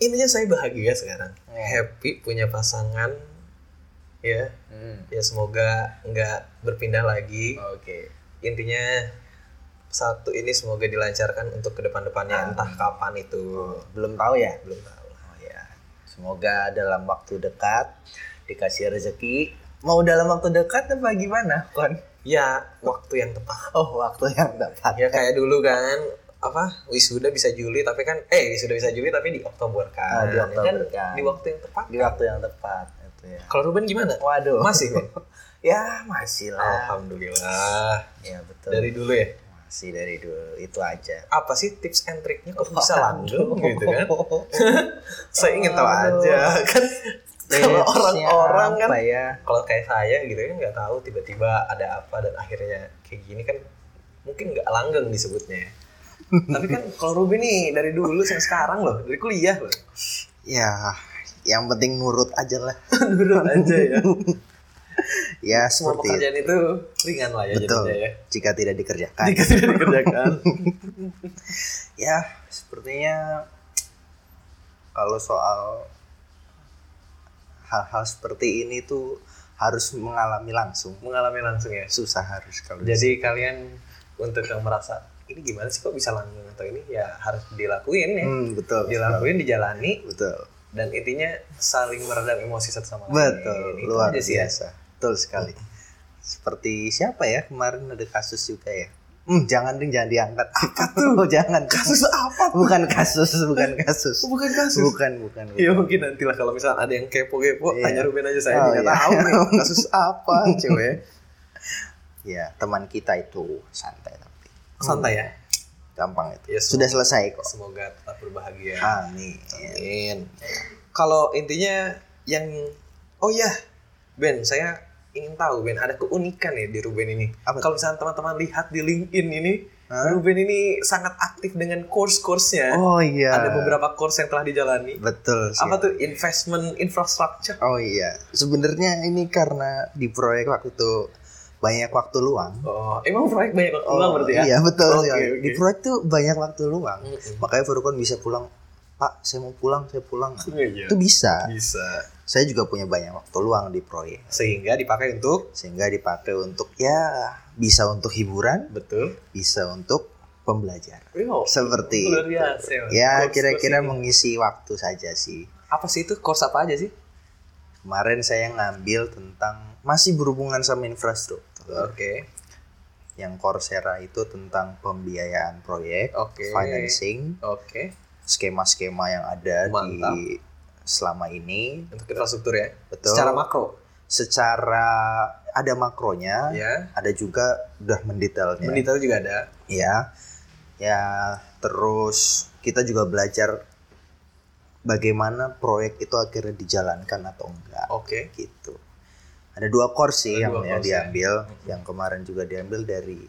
Speaker 1: Intinya saya bahagia sekarang.
Speaker 2: Hmm.
Speaker 1: Happy punya pasangan. Ya, ya semoga nggak berpindah lagi.
Speaker 2: Oke.
Speaker 1: intinya satu ini semoga dilancarkan untuk ke depan-depannya entah kapan itu
Speaker 2: Belum tahu ya?
Speaker 1: belum tahu.
Speaker 2: Oh ya. Semoga dalam waktu dekat dikasih rezeki. Mau dalam waktu dekat apa gimana, Kon? *laughs*
Speaker 1: Ya waktu yang tepat.
Speaker 2: Oh, waktu yang tepat.
Speaker 1: Ya kayak dulu kan apa wisuda bisa Juli tapi kan eh wisuda bisa Juli tapi di Oktober
Speaker 2: Ah,
Speaker 1: kan.
Speaker 2: di Oktober
Speaker 1: Ya
Speaker 2: kan.
Speaker 1: Di waktu yang tepat.
Speaker 2: Di waktu yang tepat itu ya.
Speaker 1: Kalau Ruben gimana?
Speaker 2: Waduh.
Speaker 1: Masih Ben?
Speaker 2: *laughs* Ya, masih lah.
Speaker 1: Alhamdulillah.
Speaker 2: Ya, betul.
Speaker 1: Dari dulu ya.
Speaker 2: masih dari dulu itu aja.
Speaker 1: Apa sih tips and triknya kok bisa langgeng gitu
Speaker 2: *laughs*
Speaker 1: kan? Saya ingin tahu
Speaker 2: Aduh.
Speaker 1: aja *laughs* kan kalau
Speaker 2: Tipsnya
Speaker 1: orang-orang kan
Speaker 2: apa ya?
Speaker 1: kalau kayak saya gitu kan nggak tahu tiba-tiba ada apa dan akhirnya kayak gini kan mungkin nggak langgeng *laughs* disebutnya ya. tapi kan kalau Ruby nih dari dulu sampai sekarang loh dari kuliah loh *laughs*
Speaker 2: Ya, yang penting nurut aja lah.
Speaker 1: nurut aja ya
Speaker 2: *laughs* Ya,
Speaker 1: semua
Speaker 2: seperti itu.
Speaker 1: pekerjaan itu ringan lah ya
Speaker 2: Betul.
Speaker 1: jadinya ya
Speaker 2: Jika tidak dikerjakan.
Speaker 1: jika tidak dikerjakan
Speaker 2: ya sepertinya kalau soal hal-hal seperti ini tuh harus mengalami langsung
Speaker 1: mengalami langsung ya
Speaker 2: susah harus kalau
Speaker 1: jadi kalian untuk yang merasa ini gimana sih kok bisa langgeng atau ini ya harus dilakuin ya
Speaker 2: Hmm, betul
Speaker 1: dilakuin dijalani
Speaker 2: betul
Speaker 1: dan intinya saling meredam emosi satu sama lain
Speaker 2: betul
Speaker 1: Itu
Speaker 2: luar
Speaker 1: aja sih ya.
Speaker 2: biasa betul sekali seperti siapa ya kemarin ada kasus juga ya hmm, jangan ding jangan diangkat *laughs* apa tuh jangan
Speaker 1: kasus apa
Speaker 2: bukan kasus bukan kasus
Speaker 1: Oh, bukan kasus
Speaker 2: bukan bukan,
Speaker 1: Iya
Speaker 2: bukan.
Speaker 1: mungkin nantilah kalau misalnya ada yang kepo-kepo
Speaker 2: Iya.
Speaker 1: tanya Ruben aja saya
Speaker 2: Oh,
Speaker 1: tidak
Speaker 2: iya. Hmm.
Speaker 1: tahu
Speaker 2: *laughs*
Speaker 1: nih kasus apa cewek.
Speaker 2: ya teman kita itu santai tapi
Speaker 1: Santai ya.
Speaker 2: gampang itu
Speaker 1: Ya,
Speaker 2: sudah selesai kok
Speaker 1: Semoga tetap berbahagia.
Speaker 2: Amin.
Speaker 1: Amin. Kalau intinya yang oh ya Ben saya ingin tahu Ben ada keunikan ya di Ruben ini.
Speaker 2: Apa?
Speaker 1: Kalau misalnya teman-teman lihat di LinkedIn ini
Speaker 2: Hah?
Speaker 1: Ruben ini sangat aktif dengan course-course-nya.
Speaker 2: Oh iya.
Speaker 1: Ada beberapa course yang telah dijalani.
Speaker 2: Betul. sih.
Speaker 1: Apa tuh investment infrastructure?
Speaker 2: Oh iya. Sebenarnya ini karena di proyek waktu itu banyak waktu luang.
Speaker 1: Oh, emang proyek banyak ulang berarti ya?
Speaker 2: Iya betul.
Speaker 1: Oke,
Speaker 2: sekali.
Speaker 1: oke.
Speaker 2: Di proyek tuh banyak waktu luang.
Speaker 1: Mm-mm.
Speaker 2: Makanya Furkon bisa pulang. Pak, saya mau pulang, saya pulang.
Speaker 1: Iya.
Speaker 2: Itu bisa.
Speaker 1: Bisa.
Speaker 2: Saya juga punya banyak waktu luang di proyek
Speaker 1: sehingga dipakai untuk
Speaker 2: sehingga dipakai untuk ya bisa untuk hiburan,
Speaker 1: betul
Speaker 2: bisa untuk pembelajaran.
Speaker 1: Wow,
Speaker 2: Seperti
Speaker 1: luar biasa Mas.
Speaker 2: Ya
Speaker 1: Course-course
Speaker 2: kira-kira
Speaker 1: ini.
Speaker 2: mengisi waktu saja sih.
Speaker 1: apa sih itu course apa aja sih
Speaker 2: Kemarin saya ngambil tentang masih berhubungan sama infrastruktur. Yang Coursera itu tentang pembiayaan proyek,
Speaker 1: Oke.
Speaker 2: financing,
Speaker 1: oke
Speaker 2: skema-skema yang ada
Speaker 1: Mantap.
Speaker 2: di selama ini.
Speaker 1: untuk infrastruktur ya
Speaker 2: Betul.
Speaker 1: secara makro
Speaker 2: Secara ada makronya,
Speaker 1: ya
Speaker 2: ada juga udah mendetailnya.
Speaker 1: mendetail juga ada
Speaker 2: Ya. Ya, terus kita juga belajar bagaimana proyek itu akhirnya dijalankan atau enggak
Speaker 1: Oke.
Speaker 2: gitu. Ada dua course
Speaker 1: Ada
Speaker 2: sih yang
Speaker 1: dua
Speaker 2: ya
Speaker 1: course ya.
Speaker 2: diambil, yang kemarin juga diambil dari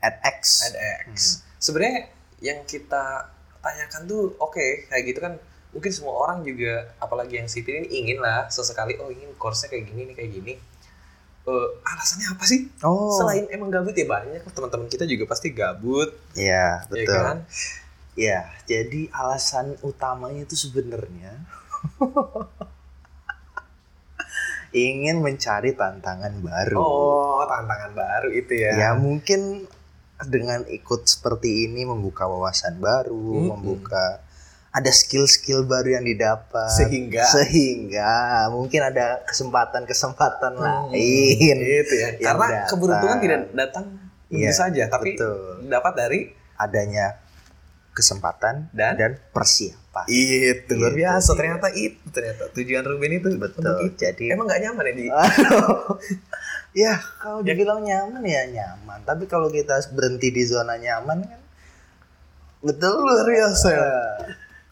Speaker 2: edX. Hmm.
Speaker 1: edX. Sebenarnya yang kita tanyakan tuh oke kayak gitu kan mungkin semua orang juga apalagi yang sipil ini ingin lah sesekali oh ingin course-nya kayak gini nih kayak gini. Eh, alasannya apa sih?
Speaker 2: Oh,
Speaker 1: Selain emang gabut ya banyak kok, teman-teman kita juga pasti gabut,
Speaker 2: ya
Speaker 1: ya
Speaker 2: betul.
Speaker 1: kan?
Speaker 2: Ya, jadi alasan utamanya itu sebenarnya *laughs* ingin mencari tantangan baru.
Speaker 1: Oh, tantangan baru itu ya.
Speaker 2: Ya mungkin dengan ikut seperti ini membuka wawasan baru,
Speaker 1: Mm-mm.
Speaker 2: membuka ada skill-skill baru yang didapat.
Speaker 1: Sehingga
Speaker 2: Sehingga mungkin ada kesempatan-kesempatan
Speaker 1: Hmm,
Speaker 2: lain.
Speaker 1: Gitu ya.
Speaker 2: Yang
Speaker 1: Karena
Speaker 2: datang.
Speaker 1: keberuntungan tidak datang begitu
Speaker 2: Iya,
Speaker 1: saja, tapi
Speaker 2: Betul.
Speaker 1: dapat dari
Speaker 2: Adanya kesempatan
Speaker 1: dan
Speaker 2: dan persiapan.
Speaker 1: itu luar
Speaker 2: Itu
Speaker 1: biasa
Speaker 2: dia.
Speaker 1: ternyata itu ternyata tujuan Ruben itu untuk
Speaker 2: Betul.
Speaker 1: itu.
Speaker 2: Jadi
Speaker 1: Emang nggak nyaman ya di
Speaker 2: Aduh. ya kalau
Speaker 1: Ya.
Speaker 2: dibilang nyaman ya nyaman tapi kalau kita berhenti di zona nyaman kan betul luar biasa
Speaker 1: Iya.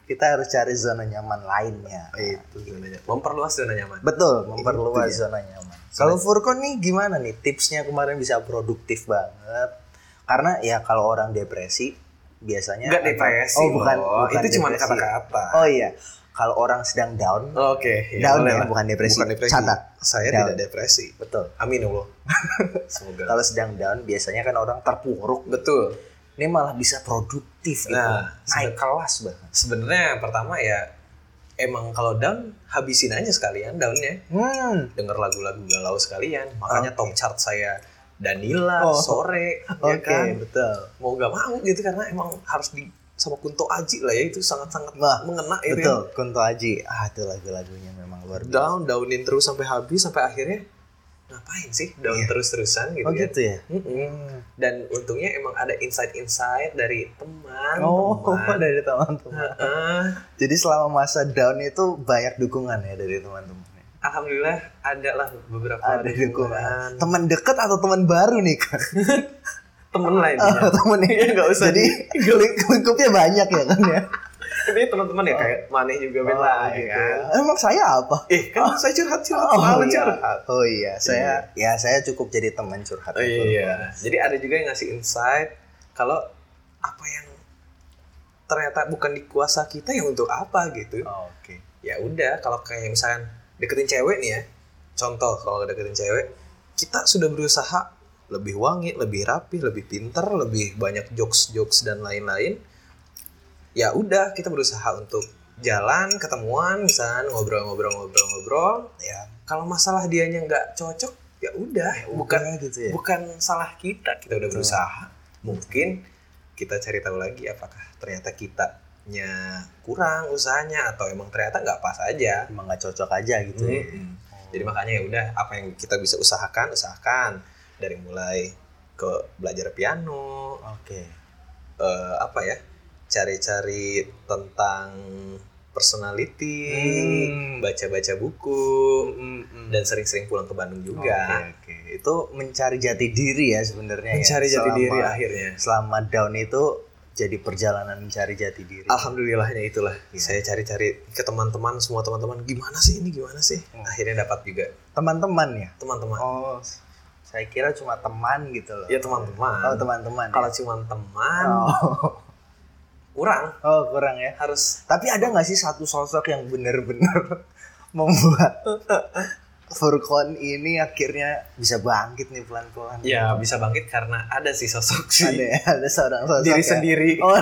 Speaker 2: kita harus cari zona nyaman lainnya Iya.
Speaker 1: itu zonanya. Memperluas zona nyaman.
Speaker 2: betul memperluas
Speaker 1: Itu
Speaker 2: zona nyaman kalau Furkon nih gimana nih tipsnya kemarin bisa produktif banget karena ya kalau orang depresi biasanya
Speaker 1: Enggak
Speaker 2: akan-
Speaker 1: depresi.
Speaker 2: oh bukan,
Speaker 1: loh.
Speaker 2: bukan
Speaker 1: itu cuma
Speaker 2: depresi.
Speaker 1: kata-kata.
Speaker 2: oh iya kalau orang sedang down
Speaker 1: Oh, Oke,
Speaker 2: Down
Speaker 1: Iya, boleh
Speaker 2: ya,
Speaker 1: lah.
Speaker 2: bukan depresi.
Speaker 1: Bukan depresi.
Speaker 2: Catat.
Speaker 1: Saya
Speaker 2: Down.
Speaker 1: tidak depresi.
Speaker 2: betul
Speaker 1: Amin Allah. *laughs* Semoga.
Speaker 2: kalau sedang down biasanya kan orang terpuruk
Speaker 1: Betul.
Speaker 2: ini malah bisa produktif gitu.
Speaker 1: Nah,
Speaker 2: naik kelas banget.
Speaker 1: Sebenarnya yang pertama ya emang kalau down habisin aja sekalian downnya.
Speaker 2: Hmm.
Speaker 1: denger lagu-lagu galau sekalian. Makanya
Speaker 2: Oke.
Speaker 1: top chart saya Danila
Speaker 2: Oh.
Speaker 1: sore ya
Speaker 2: Oke,
Speaker 1: kan.
Speaker 2: betul.
Speaker 1: Mau gak mau gitu karena emang harus di sama Kunto Aji lah ya itu sangat-sangat ya.
Speaker 2: Wah,
Speaker 1: mengena itu
Speaker 2: Nah, betul. Kunto Aji. Ah, itu lagu-lagunya memang
Speaker 1: ya.
Speaker 2: luar biasa.
Speaker 1: Down, downin terus sampai habis sampai akhirnya ngapain sih down
Speaker 2: Iya.
Speaker 1: terus-terusan gitu
Speaker 2: Oh
Speaker 1: ya.
Speaker 2: gitu ya.
Speaker 1: Mm-mm. Dan untungnya emang ada insight-insight dari teman,
Speaker 2: Oh, *laughs*
Speaker 1: teman.
Speaker 2: dari teman-teman.
Speaker 1: Heeh.
Speaker 2: Jadi selama masa down itu banyak dukungan ya dari teman-teman.
Speaker 1: Alhamdulillah ada lah beberapa
Speaker 2: Ada dukungan. Teman deket atau teman baru nih kan?
Speaker 1: Temen lah
Speaker 2: *laughs*
Speaker 1: intinya.
Speaker 2: Oh, temen ini
Speaker 1: nggak usah
Speaker 2: *laughs* Jadi link- lingkupnya banyak ya kan ya.
Speaker 1: Ini teman-teman ya kayak Maneh juga beda lah
Speaker 2: Oh,
Speaker 1: ya
Speaker 2: gitu.
Speaker 1: kan.
Speaker 2: Emang saya apa?
Speaker 1: Eh, kan saya curhat curhat selalu
Speaker 2: iya.
Speaker 1: curhat.
Speaker 2: oh iya, saya ya saya cukup jadi teman curhat.
Speaker 1: Oh, iya. Jadi ada juga yang ngasih insight kalau apa yang ternyata bukan di kuasa kita ya untuk apa gitu.
Speaker 2: Oh, Oke.
Speaker 1: Ya udah kalau kayak misalkan deketin cewek nih ya. Contoh kalau deketin cewek, kita sudah berusaha lebih wangi, lebih rapi, lebih pinter, lebih banyak jokes-jokes dan lain-lain. Ya udah kita berusaha untuk jalan, ketemuan, misalnya ngobrol-ngobrol-ngobrol-ngobrol,
Speaker 2: Ya,
Speaker 1: kalau masalah dianya nggak cocok ya udah bukan
Speaker 2: udah gitu ya.
Speaker 1: bukan salah kita kita udah
Speaker 2: Betul.
Speaker 1: berusaha mungkin kita cari tahu lagi apakah ternyata kitanya kurang usahanya atau emang ternyata nggak pas aja
Speaker 2: emang nggak cocok aja gitu ya.
Speaker 1: Mm-mm. jadi makanya ya udah apa yang kita bisa usahakan usahakan dari mulai ke belajar piano
Speaker 2: oke
Speaker 1: eh, apa ya cari-cari tentang personality
Speaker 2: Hmm.
Speaker 1: baca-baca buku dan sering-sering pulang ke Bandung juga
Speaker 2: Oke, oke. itu mencari jati diri ya sebenarnya ya.
Speaker 1: mencari jati
Speaker 2: Selama-
Speaker 1: diri akhirnya.
Speaker 2: selama down itu jadi perjalanan mencari jati diri
Speaker 1: Ah. Alhamdulillahnya itulah.
Speaker 2: Gitu. Iya.
Speaker 1: Saya cari-cari ke teman-teman, semua teman-teman, gimana sih ini, gimana sih?
Speaker 2: Hmm.
Speaker 1: Akhirnya dapat juga
Speaker 2: teman-teman ya
Speaker 1: teman-teman.
Speaker 2: oh saya kira cuma teman gitu loh
Speaker 1: Ya teman-teman.
Speaker 2: oh teman-teman
Speaker 1: Kalau
Speaker 2: ya.
Speaker 1: cuma teman,
Speaker 2: oh.
Speaker 1: kurang
Speaker 2: oh kurang ya
Speaker 1: harus
Speaker 2: tapi ada nggak sih satu sosok yang bener-bener *laughs* membuat Furkon ini akhirnya bisa bangkit nih pelan-pelan
Speaker 1: ya bisa bangkit karena ada sih sosok
Speaker 2: ada
Speaker 1: sih.
Speaker 2: ya? ada seorang sosok
Speaker 1: Diri
Speaker 2: ya?
Speaker 1: sendiri.
Speaker 2: Oh,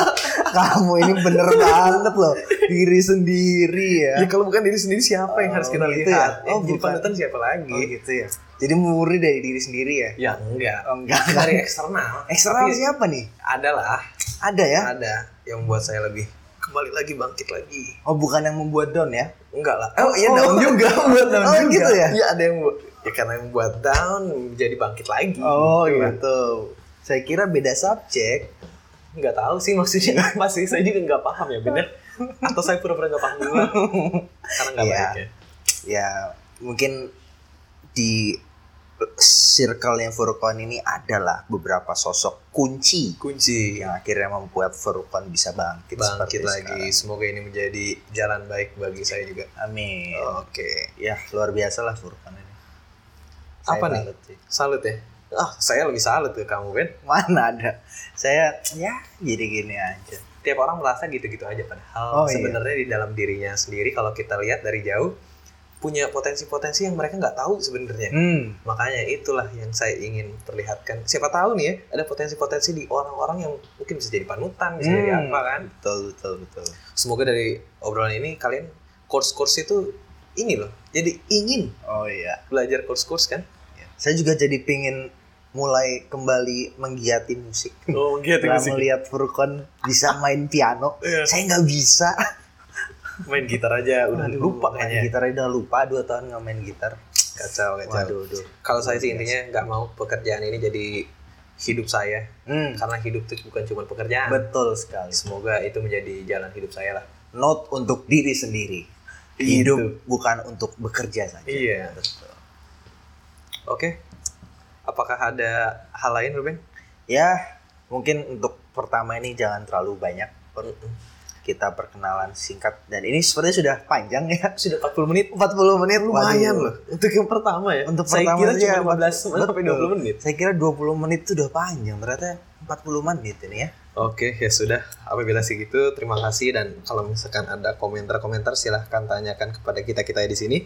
Speaker 2: *laughs* kamu ini bener banget loh diri sendiri ya.
Speaker 1: Ya kalau bukan diri sendiri siapa yang
Speaker 2: Oh,
Speaker 1: harus kita
Speaker 2: gitu
Speaker 1: lihat?
Speaker 2: ya?
Speaker 1: Oh,
Speaker 2: Oh,
Speaker 1: jadi
Speaker 2: bukan.
Speaker 1: panutan siapa
Speaker 2: Oh,
Speaker 1: lagi?
Speaker 2: gitu ya. Jadi muri dari diri sendiri ya.
Speaker 1: Ya enggak.
Speaker 2: Oh, enggak.
Speaker 1: Dari eksternal.
Speaker 2: Eksternal
Speaker 1: Tapi
Speaker 2: siapa nih?
Speaker 1: Adalah
Speaker 2: Ada ya?
Speaker 1: ada yang membuat saya lebih kembali lagi bangkit lagi.
Speaker 2: Oh bukan yang membuat down ya?
Speaker 1: Enggak lah. Oh iya down
Speaker 2: Oh. *laughs*
Speaker 1: juga buat down
Speaker 2: Oh,
Speaker 1: juga.
Speaker 2: gitu ya?
Speaker 1: Iya ada yang buat ya karena yang buat down jadi bangkit lagi.
Speaker 2: Oh
Speaker 1: Gitu.
Speaker 2: gitu. Saya kira beda subjek.
Speaker 1: Enggak tahu sih maksudnya *laughs* apa sih saya juga enggak paham ya bener. Atau saya pura-pura enggak paham dulu. Karena enggak
Speaker 2: Iya.
Speaker 1: baik ya.
Speaker 2: Ya mungkin di circle-nya Furqan ini adalah beberapa sosok kunci
Speaker 1: kunci
Speaker 2: yang akhirnya membuat Furqan bisa bangkit, seperti
Speaker 1: bangkit lagi.
Speaker 2: sekarang.
Speaker 1: Semoga ini menjadi jalan baik bagi saya juga.
Speaker 2: Amin.
Speaker 1: Oke.
Speaker 2: Ya, luar biasa lah Furqan ini.
Speaker 1: Apa nih?
Speaker 2: salut sih.
Speaker 1: Salut ya. Ah, saya lebih salut ke kamu, Ben.
Speaker 2: Mana ada? Saya ya jadi gini aja.
Speaker 1: Tiap orang merasa gitu-gitu aja padahal
Speaker 2: Oh, iya.
Speaker 1: sebenarnya di dalam dirinya sendiri kalau kita lihat dari jauh punya potensi-potensi yang mereka nggak tahu sebenarnya.
Speaker 2: Hmm.
Speaker 1: Makanya itulah yang saya ingin perlihatkan. Siapa tahu nih ya, ada potensi-potensi di orang-orang yang mungkin bisa jadi panutan, bisa jadi
Speaker 2: Hmm.
Speaker 1: apa kan.
Speaker 2: Betul, betul, betul.
Speaker 1: Semoga dari obrolan ini kalian course-course itu ini loh. Jadi ingin
Speaker 2: Oh iya.
Speaker 1: belajar course-course
Speaker 2: *laughs*
Speaker 1: kan.
Speaker 2: Saya juga jadi pingin mulai kembali menggiati musik.
Speaker 1: Oh, gitu
Speaker 2: Setelah melihat Furqan bisa main piano,
Speaker 1: Iya.
Speaker 2: saya nggak bisa.
Speaker 1: Main gitar aja udah
Speaker 2: Aduh,
Speaker 1: lupa
Speaker 2: main
Speaker 1: kayaknya.
Speaker 2: gitar aja udah lupa dua tahun nggak main gitar.
Speaker 1: Kacau, kacau.
Speaker 2: Waduh, aduh.
Speaker 1: Kalau saya sih intinya nggak mau pekerjaan ini jadi hidup saya
Speaker 2: Hmm,
Speaker 1: karena hidup itu bukan cuma pekerjaan.
Speaker 2: betul sekali.
Speaker 1: Semoga itu menjadi jalan hidup saya lah.
Speaker 2: Note untuk diri sendiri.
Speaker 1: Gitu.
Speaker 2: Hidup bukan untuk bekerja saja.
Speaker 1: Iya.
Speaker 2: Betul.
Speaker 1: Oke. Apakah ada hal lain, Ruben?
Speaker 2: Ya, mungkin untuk pertama ini jangan terlalu banyak. Pur.
Speaker 1: Mm-mm.
Speaker 2: Kita perkenalan singkat dan ini sepertinya sudah panjang ya.
Speaker 1: Sudah 40 menit
Speaker 2: 40 menit
Speaker 1: lumayan
Speaker 2: Waduh.
Speaker 1: loh untuk yang pertama ya
Speaker 2: Untuk
Speaker 1: saya
Speaker 2: pertama
Speaker 1: kira
Speaker 2: saja,
Speaker 1: cuma 15 menit
Speaker 2: betul.
Speaker 1: sampai 20 menit
Speaker 2: Saya kira 20 menit itu udah panjang, ternyata 40 menit ini ya.
Speaker 1: oke ya sudah apabila segitu terima kasih dan kalau misalkan ada komentar-komentar silahkan tanyakan kepada kita kita di sini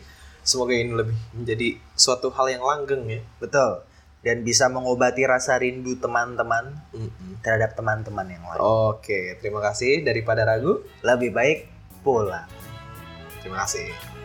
Speaker 1: semoga ini lebih menjadi suatu hal yang langgeng ya
Speaker 2: Betul. Dan bisa mengobati rasa rindu teman-teman terhadap teman-teman yang lain.
Speaker 1: oke terima kasih daripada ragu
Speaker 2: Lebih baik pulang.
Speaker 1: terima kasih